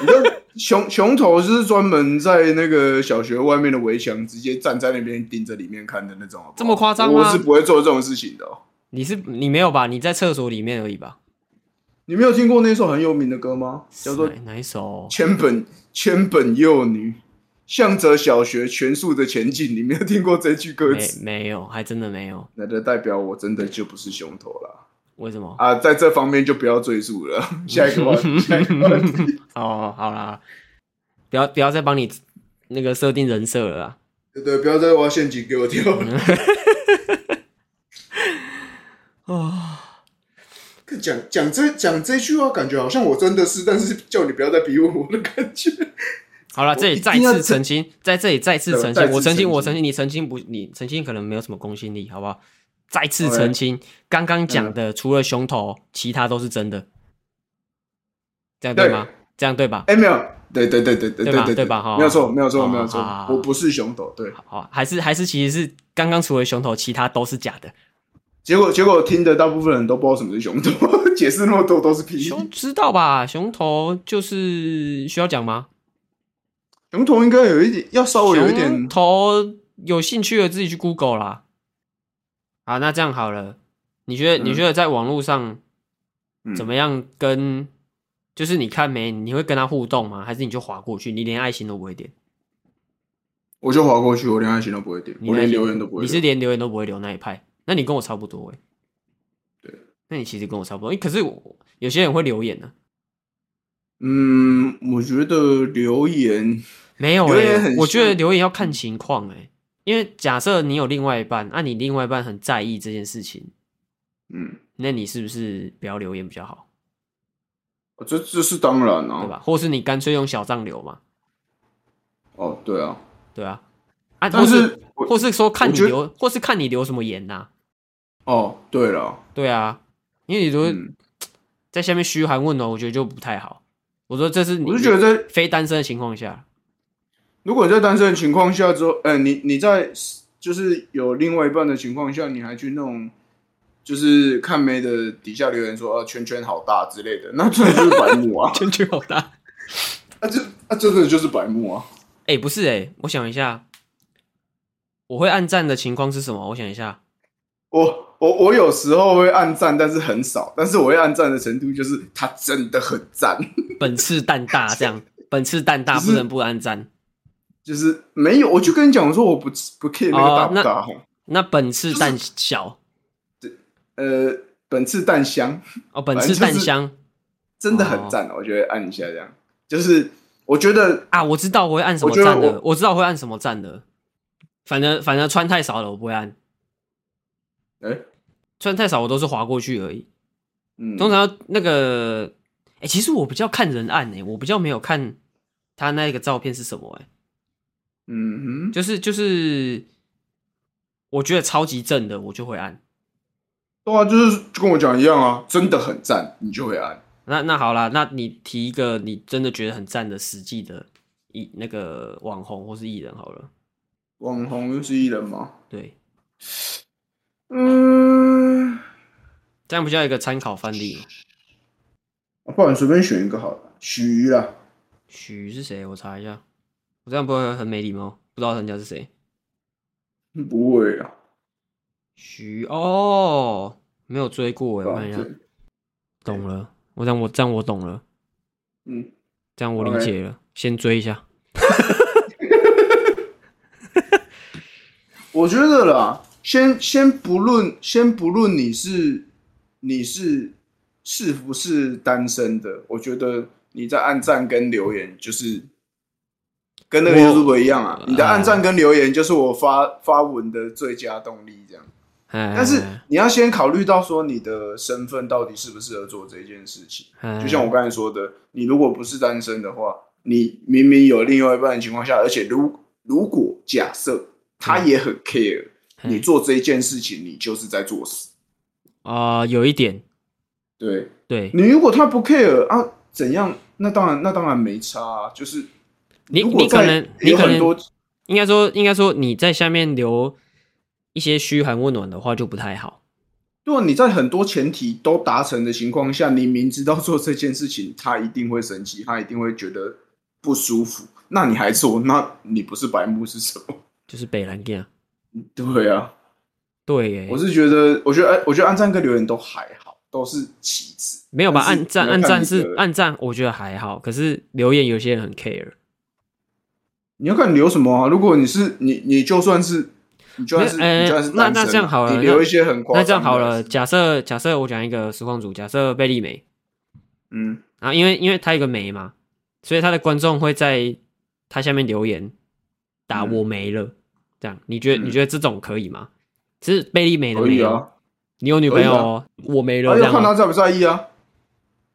B: 你知道熊熊头就是专门在那个小学外面的围墙直接站在那边盯着里面看的那种好不好
A: 这么夸张吗
B: 我是不会做这种事情的、哦。
A: 你是你没有吧？你在厕所里面而已吧？
B: 你没有听过那首很有名的歌吗？叫做
A: 哪哪一首？
B: 千本千本幼女，向着小学全速的前进。你没有听过这句歌
A: 没
B: 词？
A: 没有，还真的没有。
B: 那就代表我真的就不是熊头啦。
A: 为什么？
B: 啊，在这方面就不要赘述了。 下一个话 题，下一个话题。
A: 哦，好啦，不要不要再帮你那个设定人设了啦。
B: 对，不要再挖陷阱给我跳 了。
A: 哦，
B: 可讲讲这讲这句话，感觉好像我真的是，但是叫你不要再逼问我的感 觉。
A: 好了，这里
B: 一定
A: 再
B: 要
A: 次
B: 澄
A: 澄清，在这里再次
B: 对
A: 澄
B: 再
A: 清，
B: 次
A: 我澄清，
B: 澄
A: 我
B: 清
A: 澄清，你澄清不，你澄清可能没有什么公信力，好不好？再次
B: OK
A: 澄清，刚刚讲
B: 嗯
A: 的除了熊头，其他都是真的，这样
B: 对
A: 对吗？这样对吧？
B: 哎，没有，对对对对对
A: 对吧
B: 对
A: 对吧哈啊
B: 没有错，没有错，
A: 好
B: 没有
A: 好好
B: 错，
A: 好
B: 我不是熊头。对，
A: 好，还是还是其实是刚刚除了熊头，其他都是假的。
B: 结果结果听的大部分人都不知道什么是熊头， 解释那么多都是屁。
A: 熊知道吧？熊头就是需要讲吗？
B: 熊头应该有一点，要稍哦微有一点
A: 熊，头有兴趣的自己去 Google 啦。好，那这样好了，你觉得、
B: 嗯
A: 你觉得在网络上
B: 嗯
A: 怎么样跟？就是你看没？你会跟他互动吗？还是你就划过去？你连爱心都不会点，
B: 我就划过去，我连爱心都不会点，
A: 你
B: 我连
A: 爱心
B: 留言都不会
A: 你
B: 留。
A: 是连留言都不会留那一派？那你跟我差不多哎、
B: 对，
A: 那你其实跟我差不多。诶可是我有些人会留言呢、啊
B: 嗯，我觉得留言
A: 没有、
B: 留言
A: 欸，
B: 很
A: 我觉得
B: 像
A: 留言要看情况哎、因为假设你有另外一半，那、啊你另外一半很在意这件事情，
B: 嗯，
A: 那你是不是不要留言比较好？
B: 哦这这是当然
A: 对
B: 啊。
A: 吧？或是你干脆用小账流嘛，
B: 哦，对啊，
A: 对啊，啊，
B: 但
A: 或
B: 是我
A: 或是说看
B: 我
A: 你
B: 觉得
A: 留，或是看你留什么言呐、
B: 哦，对了，
A: 对啊，因为你都
B: 嗯，
A: 在下面嘘寒问暖，我觉得就不太好。我说这是你，
B: 我是觉得在
A: 非单身的情况下，，
B: 如果你在单身的情况下之后，呃，你你在就是有另外一半的情况下，你还去那种就是看妹的底下留言说啊圈圈好大之类的，那真的就是白目啊
A: 圈圈好大。
B: 那啊这那真的就是白目啊。
A: 哎、不是哎、我想一下，我会暗赞的情况是什么？我想一下，
B: 我我我有时候会暗赞，但是很少，但是我会暗赞的程度就是他真的很赞，
A: 本次蛋大这样，本次蛋大
B: 不是
A: 不能不暗赞。
B: 就是没有，我就跟你讲，我说我不不 care 那个
A: 哦
B: 大不
A: 那
B: 大，吼
A: 那本次蛋小
B: 呃，本次蛋香。
A: 哦，本次蛋香、
B: 真的很赞、哦，我觉得按一下这样，就是我觉得
A: 啊，我知道我会按什么
B: 我觉得
A: 赞的，
B: 我
A: 我知道我会按什么赞的。反正反正穿太少了，我不会按。
B: 诶
A: 穿太少我都是划过去而已。
B: 嗯，
A: 通常那个，哎、其实我比较看人按哎、我比较没有看他那个照片是什么哎、
B: 嗯哼，
A: 就是就是，我觉得超级正的我就会按。
B: 对啊，就是就跟我讲一样啊，真的很赞，你就会按。
A: 那那好啦，那你提一个你真的觉得很赞的实际的艺那个网红或是艺人好了，
B: 网红是艺人吗？
A: 对，
B: 嗯，
A: 这样比较有一个参考范例嘛。
B: 不然随便选一个好了，许瑜啦，
A: 许是谁？我查一下。我这样不会很没礼貌？不知道人家是谁？
B: 不会啊，
A: 许哦，没有追过哎，我看一下
B: 对，
A: 懂了。我这样我这样我懂了，
B: 嗯，
A: 这样我理
B: OK
A: 解了。先追一下，
B: 我觉得啦，先先不论，先不论你是你是是不是单身的，我觉得你在暗赞跟留言就是跟那个
A: 我
B: YouTube 一样啊，你的暗赞跟留言就是我发发文的最佳动力这样。
A: 哎，
B: 但是你要先考虑到说你的身份到底适不适合做这件事情。就像
A: 我
B: 我刚才说的，你如果不是单身的话，你明明有另外一半的情况下，而且如如果假设他也很 care，、
A: 嗯
B: 你做这一件事情，你就是在作死。
A: 啊，有一点
B: 对
A: 对，
B: 你，如果他不 care 啊，怎样？那当然，那当然没差、啊。就是
A: 你
B: 如果
A: 你可
B: 在
A: 能你
B: 有
A: 可
B: 很
A: 能
B: 多
A: 应该说，应该说你在下面留一些嘘寒问暖的话就不太好。
B: 如果你在很多前提都达成的情况下，你明知道做这件事情，他一定会生气，他一定会觉得不舒服，那你还做，那你不是白目是什么？
A: 就是北兰干，
B: 对啊，
A: 对欸耶
B: 我，是觉得，我觉得，哎我觉得按赞跟留言都还好，都是其次。
A: 没有吧？
B: 但是
A: 暗赞
B: 你要
A: 暗
B: 看
A: 赞
B: 你
A: 是
B: 的
A: 暗赞，我觉得还好。可是留言有些人很 care，
B: 你要看你留什么啊？如果你是你，你就算是你就算是、
A: 没有呃
B: 你就算是
A: 那
B: 单身
A: 那这样好了
B: 你
A: 那
B: 留一些很夸张的
A: 那这样好了，，假设假设我讲一个实况组，假设贝利美
B: 嗯，
A: 啊，因为因为他有个没嘛，所以他的观众会在他下面留言打
B: 嗯
A: 我没了，这样你觉得
B: 嗯
A: 你觉得这种可以吗？是贝利美的
B: 可
A: 没
B: 以
A: 有，
B: 啊，
A: 你有女朋友
B: 可以啊
A: 哦，我没了
B: 而
A: 这
B: 且
A: 样
B: 看
A: 吗
B: 他？在不在意啊。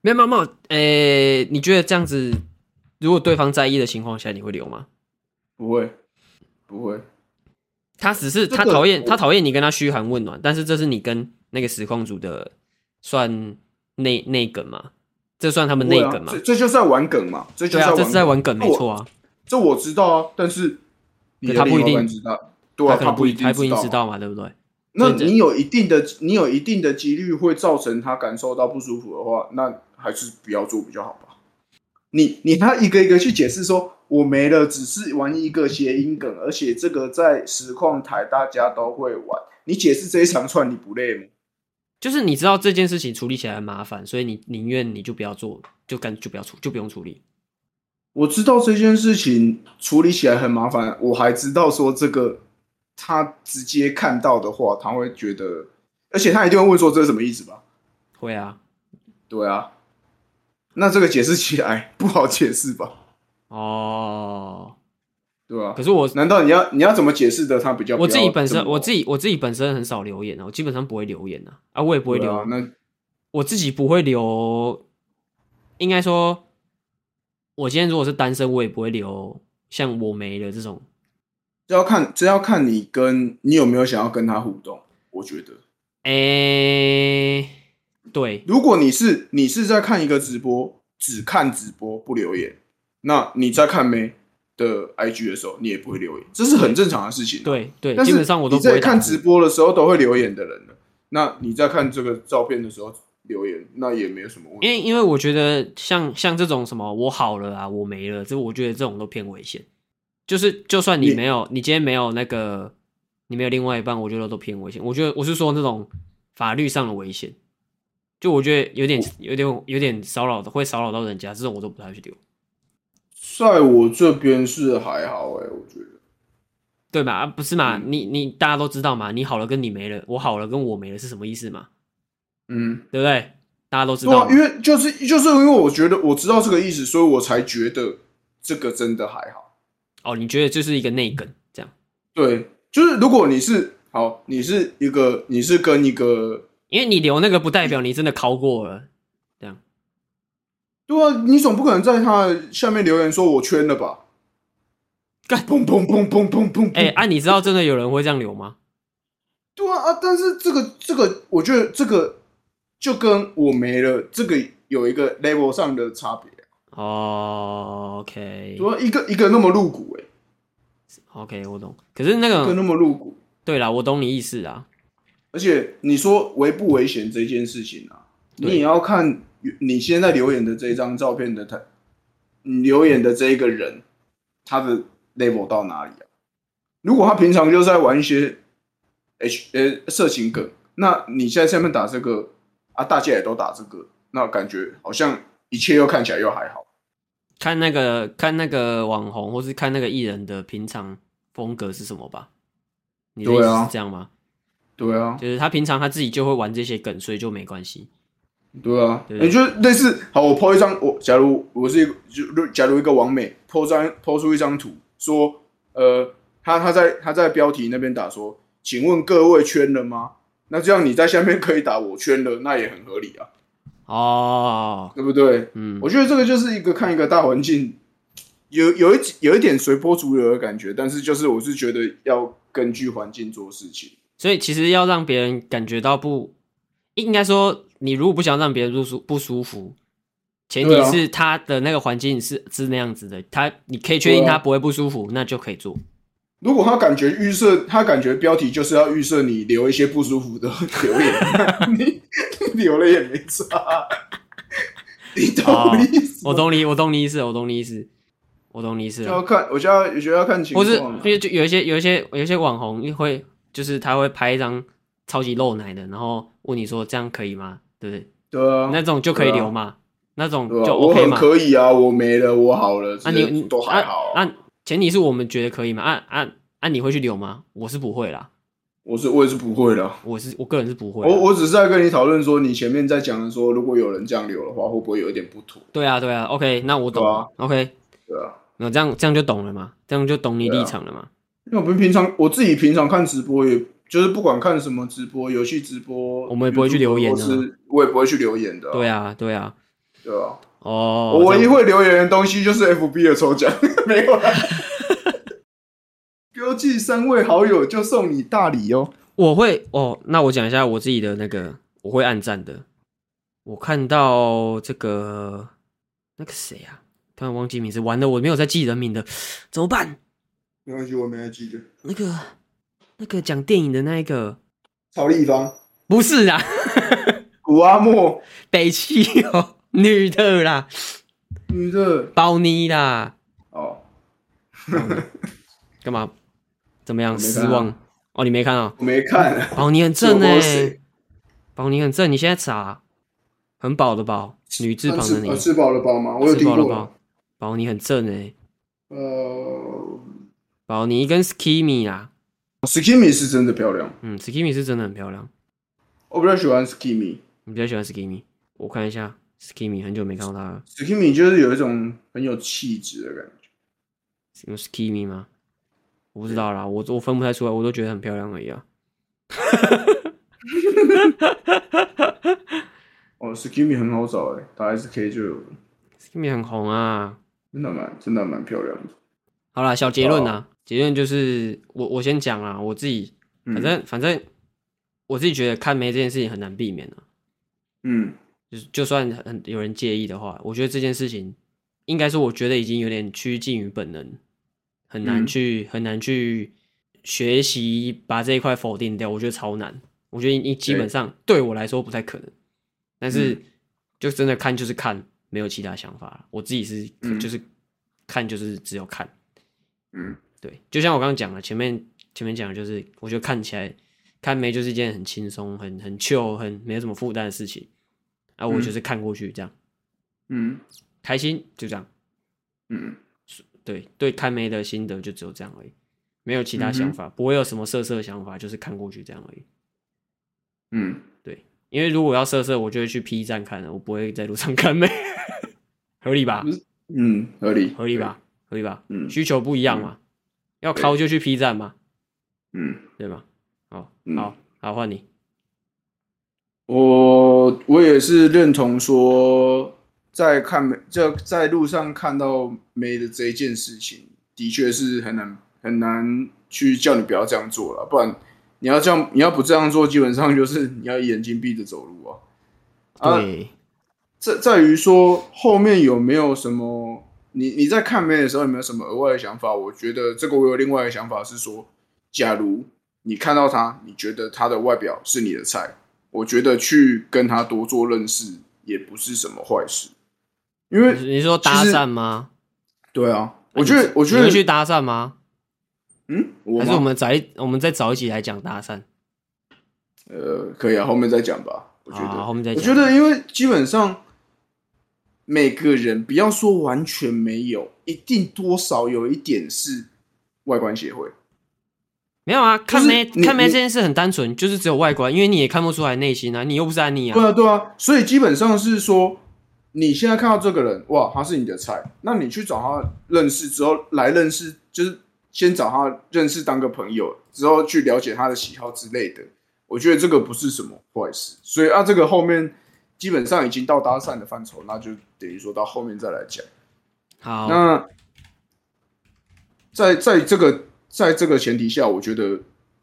A: 没有没有没有，诶、你觉得这样子，如果对方在意的情况下，你会留吗？
B: 不会，不会，
A: 他只是
B: 这个
A: 他讨厌
B: 我
A: 他讨厌你跟他嘘寒问暖，但是这是你跟那个实况组的算内内梗嘛？这算他们内
B: 不会啊
A: 梗嘛
B: 这？这就是在玩梗嘛，这就
A: 对
B: 是
A: 啊，
B: 在
A: 这
B: 玩
A: 是在
B: 梗
A: 玩梗，没错啊。
B: 这我知道啊，但是你的
A: 可他不
B: 另外
A: 一定
B: 半知道，对啊，
A: 可能
B: 不
A: 不
B: 一
A: 他不一定
B: 啊
A: 知。道嘛，对不对？
B: 那
A: 真的
B: 你有一定的，你有一定的几率会造成他感受到不舒服的话，那还是不要做比较好吧。你你他一个一个去解释说，我没了，只是玩一个谐音梗，而且这个在实况台大家都会玩。你解释这一长串，你不累吗？
A: 就是你知道这件事情处理起来很麻烦，所以你宁愿你就不要做，就干就不要处就不用处理。
B: 我知道这件事情处理起来很麻烦，我还知道说这个他直接看到的话，他会觉得，而且他一定会问说这是什么意思吧？
A: 会啊，
B: 对啊，那这个解释起来 不好解释吧？
A: 哦。
B: 对啊
A: 可，是我
B: 难道你要你要怎么解释的？他比较
A: 我自己本身我自
B: 己
A: 己我自己本身很少留言啊，我基本上不会留言啊，啊我也不
B: 不
A: 会留
B: 啊，那
A: 我自己不会留，应该说，我今天如果是单身，我也不会留像我没了这种。
B: 这要看这要看你跟你有没有想要跟他互动。我觉得，
A: 诶、对，
B: 如果你是你是在看一个直播，只看直播不留言，那你在看没？的 IG 的时候，你也不会留言，这是很正常的事情啊、
A: 对对，
B: 但
A: 基
B: 是
A: 本上我都
B: 你
A: 不会
B: 在
A: 打
B: 看
A: 字
B: 直播的时候都会留言的人了，那你在看这个照片的时候留言，那也没有什么问
A: 因
B: 题。
A: 为因为我觉得像像这种什么我好了啊，我没了，这我觉得这种都偏危险。就是就算你
B: 你
A: 没有，你今天没有那个，你没有另外一半，我觉得都偏危险。我觉得我是说那种法律上的危险，就我觉得有点有点有点骚扰的，会骚扰到人家，这种我都不太去留，
B: 在我这边是还好哎、我觉得
A: 对吧？啊、不是
B: 嗯
A: 嘛？你你大家都知道嘛，你好了跟你没了，我好了跟我没了是什么意思嘛？
B: 嗯，
A: 对不对？大家都知
B: 对
A: 道
B: 啊
A: 嘛，，
B: 因为就是就是因为我觉得我知道这个意思，所以我才觉得这个真的还好。
A: 哦，你觉得就是一个内梗这样？
B: 对，就是如果你是好，你是一个你是跟一个
A: 因为你留那个不代表你真的考过了。
B: 对啊，你总不可能在他的下面留言说我圈了吧？
A: 干
B: 砰砰砰砰砰砰！砰
A: 哎、啊，你知道真的有人会这样留吗？
B: 对啊啊！但是这个这个，我觉得这个就跟我没了这个有一个 level 上的差别。
A: 哦，OK，
B: 对啊，一个一个那么露骨、欸，
A: ，OK，我懂。可是那
B: 哎，一个
A: 个，
B: 那么露骨，
A: 对啦，我懂你意思啊。
B: 而且你说危不危险这件事情啊，
A: 对
B: 你也要看你现在留言的这张照片的他，你留言的这一个人，他的 level 到哪里啊？如果他平常就在玩一些 H 呃色情梗，那你现在下面打这个啊，大家也都打这个，那感觉好像一切又看起来又还好。
A: 看那个，看那个网红，或是看那个艺人的平常风格是什么吧？你的意
B: 对
A: 思
B: 啊
A: 是这样吗？
B: 对啊，
A: 就是他平常他自己就会玩这些梗，所以就没关系。
B: 对啊，
A: 对
B: 也、就类似好，我 po 一张，我假如我是一个，就假如一个网美 po 张 po 出一张图，说，呃，他他在他在标题那边打说，请问各位圈了吗？那这样你在下面可以打我圈了，那也很合理啊，
A: 哦，
B: 对不对？
A: 嗯，
B: 我觉得这个就是一个看一个大环境，有有一有一点随波逐流的感觉，但是就是我是觉得要根据环境做事情。
A: 所以其实要让别人感觉到不，应该说你如果不想让别人不舒不舒服，前提
B: 对啊
A: 是他的那个环境是是那样子的，他你可以确定
B: 对啊
A: 他不会不舒服，那就可以做。
B: 如果他感觉预设，他感觉标题就是要预设你留一些不舒服的留 言，你你留了也没差，你懂我意思吗？
A: 我懂你，我懂你意思，我懂你意思，我懂你意思
B: 就
A: 了
B: 要。看，我就要我就要看情
A: 不是，
B: 况
A: 因
B: 啊。
A: 为就有一些有一些有一些网红会，就是他会拍一张超级露奶的，然后问你说这样可以吗？对不对？
B: 对啊，
A: 那种就可以
B: 对啊
A: 留嘛，那种
B: 对
A: 就
B: 啊，我
A: OK
B: 很
A: 嘛。
B: 可以啊，我没了，我好了，
A: 啊
B: 这
A: 你，
B: 些
A: 你
B: 都还好
A: 啊。啊前提是我们觉得可以嘛？啊啊啊！你会去留吗？我是不会啦，
B: 我是我也是不会的，
A: 我是我个人是不会啦。啊
B: 我我只是在跟你讨论说，你前面在讲的说，如果有人这样留的话，会不会有一点不妥？
A: 对啊对啊，OK，那我懂
B: 对啊
A: 了，OK，
B: 对啊，
A: 那这样这样就懂了嘛，这样就懂你
B: 对啊
A: 立场了嘛。
B: 因为我们平常我自己平常看直播也，就是不管看什么直播、游戏直播，
A: 我们也不会去留言啊
B: 或是我也不会去留言的、
A: 对
B: 啊，
A: 啊对啊，
B: 对啊。
A: 哦，
B: 我
A: 这
B: 唯
A: 样
B: 一会留言的东西就是 FB 的抽奖，没有啦。 标记三位好友就送你大礼哦。
A: 我会哦，那我讲一下我自己的那个，我会暗赞的。我看到这个那个谁啊，突然忘记名字，完了，我没有在记人名的，怎么办？
B: 没关系，我没来记得。
A: 那个那个讲电影的那一个
B: 曹立方、
A: 不是啊，
B: 古阿莫、
A: 北汽哦，女的啦，
B: 女的
A: 包妮啦，
B: 哦，
A: 干嘛？怎
B: 我
A: 么样？
B: 没看
A: 失
B: 啊
A: 望哦，你没看啊、
B: 我没看。
A: 宝妮很正哎、
B: 我是
A: 宝妮很正，你现在查，很饱的饱，女字旁的
B: 吃
A: 你
B: 呃，吃饱了饱吗？我有
A: 吃
B: 听
A: 饱了
B: 过
A: 饱。，宝妮很正哎、
B: 呃
A: 宝妮跟 Skimmy 啦，
B: ，Skimmy 是真的漂亮，
A: 嗯，Skimmy 是真的很漂亮，
B: 我比较喜欢 Skimmy。
A: 我比较喜欢 Skimmy。我看一下 Skimmy，很久没看到他了，
B: Skimmy 就是有一种很有气质的感觉。
A: 有 Skimmy 吗？我不知道啦，我我分不太出来，我都觉得很漂亮而已啊。
B: 哦，Skimmy 很好找哎、打 SK 就有了，
A: Skimmy 很红啊。
B: 真的蛮真的蛮漂亮的。
A: 好啦，小结论啊，结论就是我我先讲啦，我自己
B: 嗯
A: 反正、反正我自己觉得看妹这件事情很难避免啊，
B: 嗯，
A: 就是就算很有人介意的话，我觉得这件事情应该说，我觉得已经有点趋近于本能，很难
B: 嗯
A: 去、很难去学习把这一块否定掉，我觉得超难。我觉得你基本上对我来说不太可能，但
B: 嗯
A: 是就真的看就是看，没有其他想法了。我自己是、
B: 嗯
A: 就是看就是只有看，
B: 嗯，
A: 对，就像我刚刚讲了，前面前面讲的就是，我觉得看起来看妹就是一件很轻松、很很 chill、很没有什么负担的事情啊，我
B: 嗯
A: 就是看过去这样、
B: 嗯
A: 开心，就这样。
B: 嗯
A: 对对，看妹的心得就只有这样而已，没有其他
B: 嗯
A: 想
B: 哼
A: 法，不会有什么色色的想法，就是看过去这样而已。
B: 嗯，
A: 因为如果要色色，我就会去 P 站看了，我不会在路上 看妹，合理吧？
B: 嗯，合理，
A: 合理？吧？合理吧？
B: 嗯
A: 需求不一样嘛，要
B: 对
A: 靠就去 P 站嘛，
B: 嗯，
A: 对吧？好，
B: 嗯
A: 好，好，换你。
B: 我我也是认同说，在看美，这在路上看到美的这一件事情，的确是很难很难去叫你不要这样做了，不然你要这样，你要不这样做，基本上就是你要眼睛闭着走路啊。啊
A: 对，
B: 在在于说后面有没有什么，你你在看美的时候有没有什么额外的想法？我觉得这个我有另外的想法是说，假如你看到他，你觉得他的外表是你的菜，我觉得去跟他多做认识也不是什么坏事，因为
A: 你说搭讪吗？
B: 对啊，我觉得我觉
A: 你
B: 得
A: 会去搭讪吗？
B: 嗯，我
A: 还是我
B: 吗？
A: 们早一我们再早一集来讲搭讪？
B: 呃，可以啊，后面再讲吧。我觉得
A: 好，后啊面再
B: 我
A: 讲。
B: 觉得，因为基本上每个人不要说完全没有，一定多少有一点是外观协会。
A: 没有啊，看妹
B: 就是你
A: 看妹
B: 你
A: 这件事很单纯，就是只有外观，因为你也看不出来内心啊，你又不是安妮
B: 对
A: 啊。
B: 啊，对啊，所以基本上是说，你现在看到这个人，哇，他是你的菜，那你去找他认识之后，来认识，就是先找他认识当个朋友，之后去了解他的喜好之类的。我觉得这个不是什么坏事，所以啊，这个后面基本上已经到搭讪的范畴，那就等于说到后面再来讲。
A: 好，
B: 那在在这个在这个前提下，我觉得，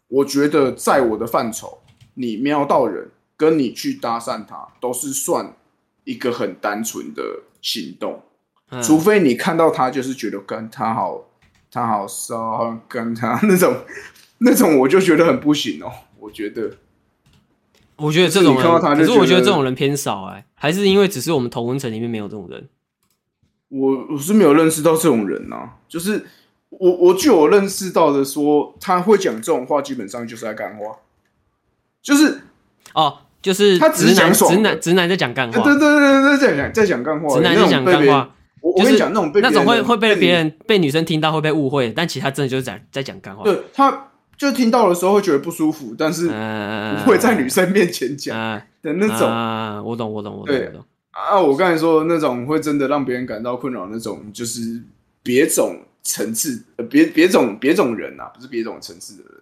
B: 我觉得在我的范畴，你瞄到人跟你去搭讪他，都是算一个很单纯的行动，
A: 嗯
B: 除非你看到他就是觉得跟他好，他好骚，跟他 那种那种，我就觉得很不行哦。我觉得，
A: 我觉得这种
B: 你看到
A: 人，
B: 他
A: 可
B: 就是
A: 我觉
B: 觉
A: 得
B: 得
A: 这种人偏少哎、还是因为只是我们同温层里面没有这种人。
B: 我我是没有认识到这种人啊，就是我我据我认识到的说，他会讲这种话，基本上就是在干话，就是
A: 哦，就是
B: 他只
A: 直
B: 是
A: 男
B: 讲爽
A: 直
B: 的
A: 男直男在讲干
B: 对
A: 话，
B: 对对对对，在讲在讲干话，欸
A: 直男
B: 那
A: 在
B: 种
A: 讲
B: 被
A: 干
B: 别人
A: 话，
B: 我我
A: 就
B: 跟
A: 是
B: 你讲，那种被
A: 那
B: 别
A: 种会
B: 人
A: 会被
B: 你
A: 别人被女生听到会被误会，但其实他真的就是在在讲干话。
B: 对他就听到的时候会觉得不舒服，但是
A: 嗯，
B: 不会在女生面前讲
A: 啊
B: 的那种
A: 啊，我懂我懂我懂
B: 对
A: 我懂。
B: 啊。我刚才说的那种会真的让别人感到困扰，那种就是别种层次，呃别别种别种人啊，不是别种层次的人，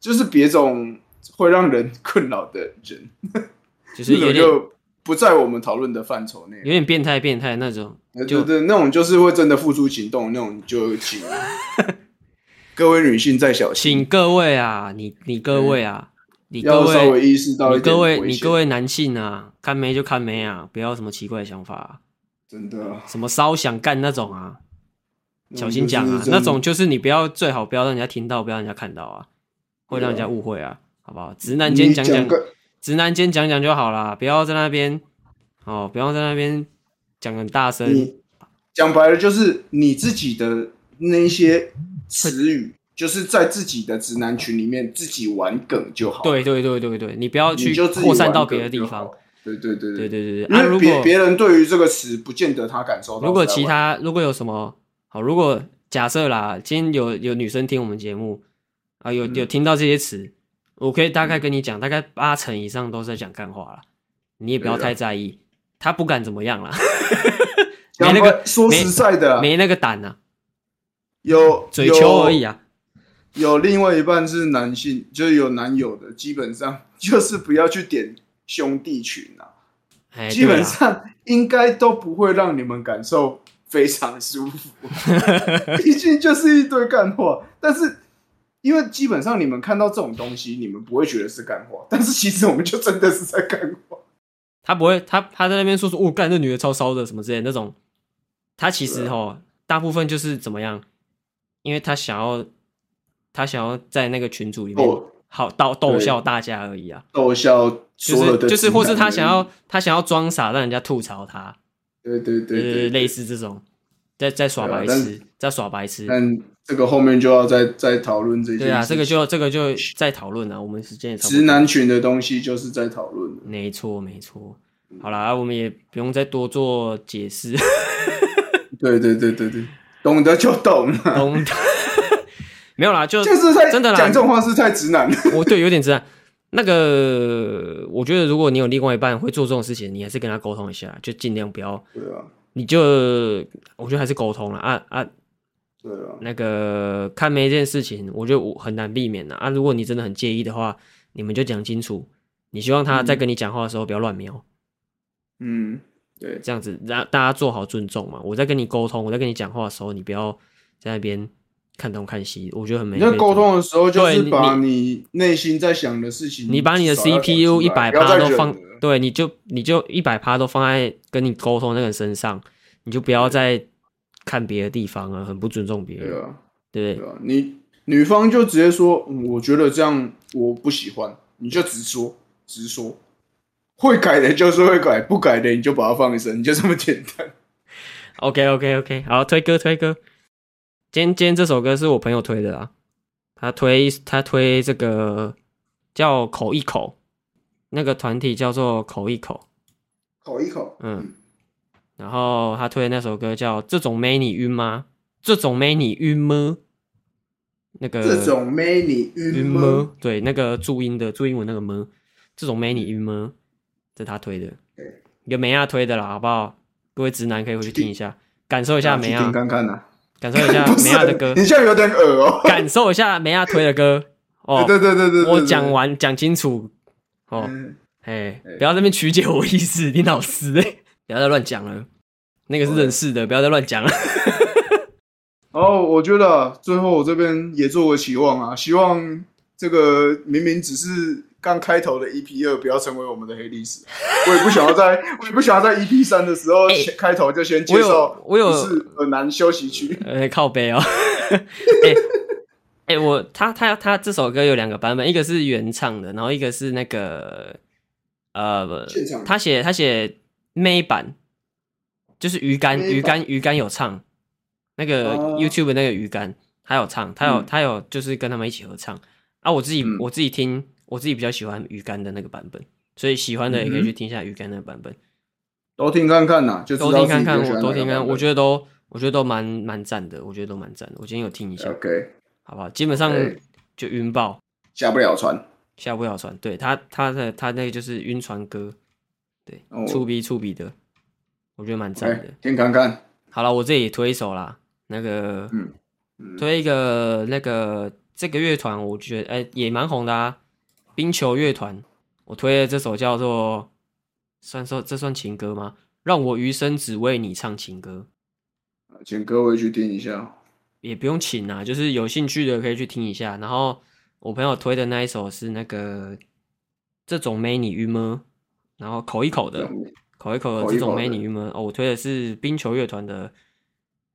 B: 就是别种会让人 困扰的人。
A: 就是有
B: 那种
A: 点
B: 就不在我们讨论的范畴内。
A: 有点变态变态那种，
B: 对
A: 就
B: 对对，那种就是会真的付出行动，那种就 请各位女性再小
A: 请
B: 心，
A: 各位啊，你你各位啊，你各
B: 要稍微
A: 位
B: 意识到
A: 你
B: 一点
A: 各位
B: 危
A: 你
B: 险
A: 各位男性啊，看妹就看妹啊，不要有什么奇怪的想法、啊，
B: 真的
A: 什么烧想干那种啊，小心讲啊，
B: 嗯就是真的
A: 那种就是你不要最好不要让人家听到，不要让人家看到啊，会让人家误会啊，好不好？直男间
B: 你
A: 讲讲，
B: 个
A: 直男间讲讲就好啦，不要在那边哦，不要在那边讲很大声，
B: 你讲白了就是你自己的那些词语，就是在自己的直男群里面自己玩梗就好，，
A: 对对对对对，你不要去
B: 你就自己
A: 扩散
B: 玩
A: 到
B: 梗
A: 别的地
B: 就
A: 方
B: 好，，对对对对。
A: 对对对对，啊，
B: 因为
A: 如
B: 别
A: 果
B: 别人对于这个词，不见得他感受到。
A: 如果其他如果有什么好，如果假设啦，今天有有女生听我们节目啊，有
B: 嗯
A: 有听到这些词，我可以大概跟你讲，大概八成以上都是在讲干话啦，你也不要
B: 对啊
A: 太在意，他不敢怎么样啦，
B: 讲
A: 没那个
B: 白说实在的啊，
A: 没那个胆啊，
B: 有
A: 嘴球而已
B: 啊。
A: 啊，
B: 有另外一半是男性，就是有男友的，基本上 就是不要去点兄弟群啊，
A: 哎，
B: 基
A: 对
B: 本
A: 啦
B: 上应该都不会让你们感受非常舒 服，毕竟就是一堆干话。但是因为基本上你们看到这种东西，你们不会觉得是干话，但是其实我们就真的是在干 话。
A: 他不会，他他在那边说说，我、哦、干这女的超骚的什么之类的那种，他其实
B: 对啊
A: 哦，大部分就是怎么样，因为他想要他想要在那个群组里面
B: 逗
A: 好到逗
B: 对
A: 笑大家而已啊，
B: 逗笑
A: 就
B: 所有的
A: 是就是
B: 直
A: 或是
B: 男
A: 他
B: 而已
A: 想要他想要装傻让人家吐槽他，
B: 对对
A: 就
B: 对对
A: 是类似这种在在耍
B: 对啊
A: 白
B: 但
A: 痴，在耍白痴。
B: 但这个后面就要再再讨论这些。
A: 对啊，这个就这个就在讨论啊，我们时间也差不多。
B: 直男群的东西就是在讨论的。
A: 没错，没错。好啦，我们也不用再多做 解释，
B: 对对对对对，懂得就懂，
A: 懂的没有啦， 就
B: 就是在
A: 真的啦
B: 讲这种话是太直男了。
A: 我对有点知道。那个，我觉得如果你有另外一半会做这种事情，你还是跟他沟通一下，就尽量不要，
B: 对啊，
A: 你就我觉得还是沟通了啊啊，
B: 对啊，
A: 那个看每一件事情，我觉得我很难避免的啊。如果你真的很介意的话，你们就讲清楚，你希望他在跟你讲话的时候不要乱瞄，
B: 嗯，对，
A: 这样子让大家做好尊重嘛。我在跟你沟通，我在跟你讲话的时候，你不要在那边看东看西，我觉得很没。
B: 你在沟
A: 没礼貌，
B: 通的时候，就
A: 对
B: 是
A: 你
B: 把你内心在想的事情，
A: 你把你的
B: 至少要讲
A: CPU
B: 出
A: 一
B: 来
A: 百
B: 不要再
A: 趴都
B: 忍
A: 放
B: 了，
A: 对，你就你就一百趴都放在跟你沟通那个人身上，你就不要再看别的地方啊，很不尊重别人，
B: 对啊，
A: 对不
B: 对
A: 对？
B: 啊，你女方就直接说，嗯我觉得这样我不喜欢，你就直说，直说。会改的就是会改，不改的你就把它放生，你就这么简单。
A: OK OK OK，好，推歌推歌。今天今天这首歌是我朋友推的啊，他推他推这个叫口一口，那个团体叫做口一口，
B: 口一口，
A: 嗯，然后他推的那首歌叫《这种没你晕吗》，这种没你晕吗？那个
B: 这种妹你
A: 呃晕
B: 晕吗？
A: 吗？对，那个注音的注音文那个么，这种没你晕吗？这是他推的
B: 对，
A: 一个梅亚推的啦，好不好？各位直男可以回去听一下，感受一下
B: 去
A: 梅亚。
B: 听看看呐、
A: 感受一下 啊
B: 不是
A: 梅亚的歌
B: 你，现在有点恶哦、
A: 感受一下梅亚推的歌 哦。
B: 对对对对对，
A: 我讲完讲清楚哦，
B: 嗯
A: 哎
B: 哎，
A: 不要在那边曲解我意思，你老师 哎，不要再乱讲了，那
B: 哦
A: 个是认识的，不要再乱 讲了。
B: 然后我觉得最后我这边也做个期望啊，希望这个明明只是刚开头的 EP 二，不要成为我们的黑历史。我也不想要 在，我也不想要在 EP 三的时候、
A: 哎
B: 先开头就先
A: 我
B: 介
A: 有
B: 绍
A: 我有
B: 不是河南休息区。
A: 呃，靠背哦， 哎哎，我他他他这首歌有两个版本，一个是原唱的，然后一个是那个呃
B: 现场，
A: 他写他写妹版，就是鱼竿
B: 妹版
A: 鱼竿鱼竿有唱，那个
B: 哦
A: YouTube 那个鱼竿他有唱，他有、
B: 嗯
A: 他有就是跟他们一起合唱啊，我自己、
B: 嗯
A: 我自己听，我自己比较喜欢鱼竿的那个版本，所以喜欢的也可以去听一下鱼竿那个版本。
B: 都听看看呐、嗯就知道
A: 都听看
B: 自己比较
A: 看，
B: 喜
A: 我
B: 欢
A: 都
B: 哪个
A: 听看看，
B: 版
A: 我
B: 本
A: 觉得都，我觉得都蛮蛮赞的，我觉得都蛮赞的。我今天有听一下，
B: OK，
A: 好不好？基本上
B: 哎
A: 就晕爆，
B: 下不了船。
A: 下不了船。对他，他的他那个就是晕船歌，对
B: 哦，
A: 触鼻触鼻的，我觉得蛮赞
B: OK，
A: 的。
B: 哎听看看。
A: 好了，我这里也推一首啦，那个
B: 嗯嗯
A: 推一个那个这个乐团，我觉得哎也蛮红的啊，冰球乐团，我推的这首叫做，算说这算情歌吗？让我余生只为你唱情歌。
B: 请各位去听一下。
A: 也不用请啊，就是有兴趣的可以去听一下。然后我朋友推的那一首是那个这种没你晕吗？然后口一口的，口一口的
B: 口
A: 这
B: 一口的
A: 种没你晕吗？哦，我推的是冰球乐团的《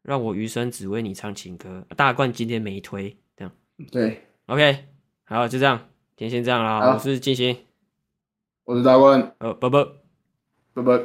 A: 让我余生只为你唱情歌》，啊大冠今天没推，这样
B: 对，
A: OK，好，就这样，今天先这样啦。
B: 好
A: 我是金星，
B: 我是大冠，
A: 呃，拜拜。
B: 拜拜。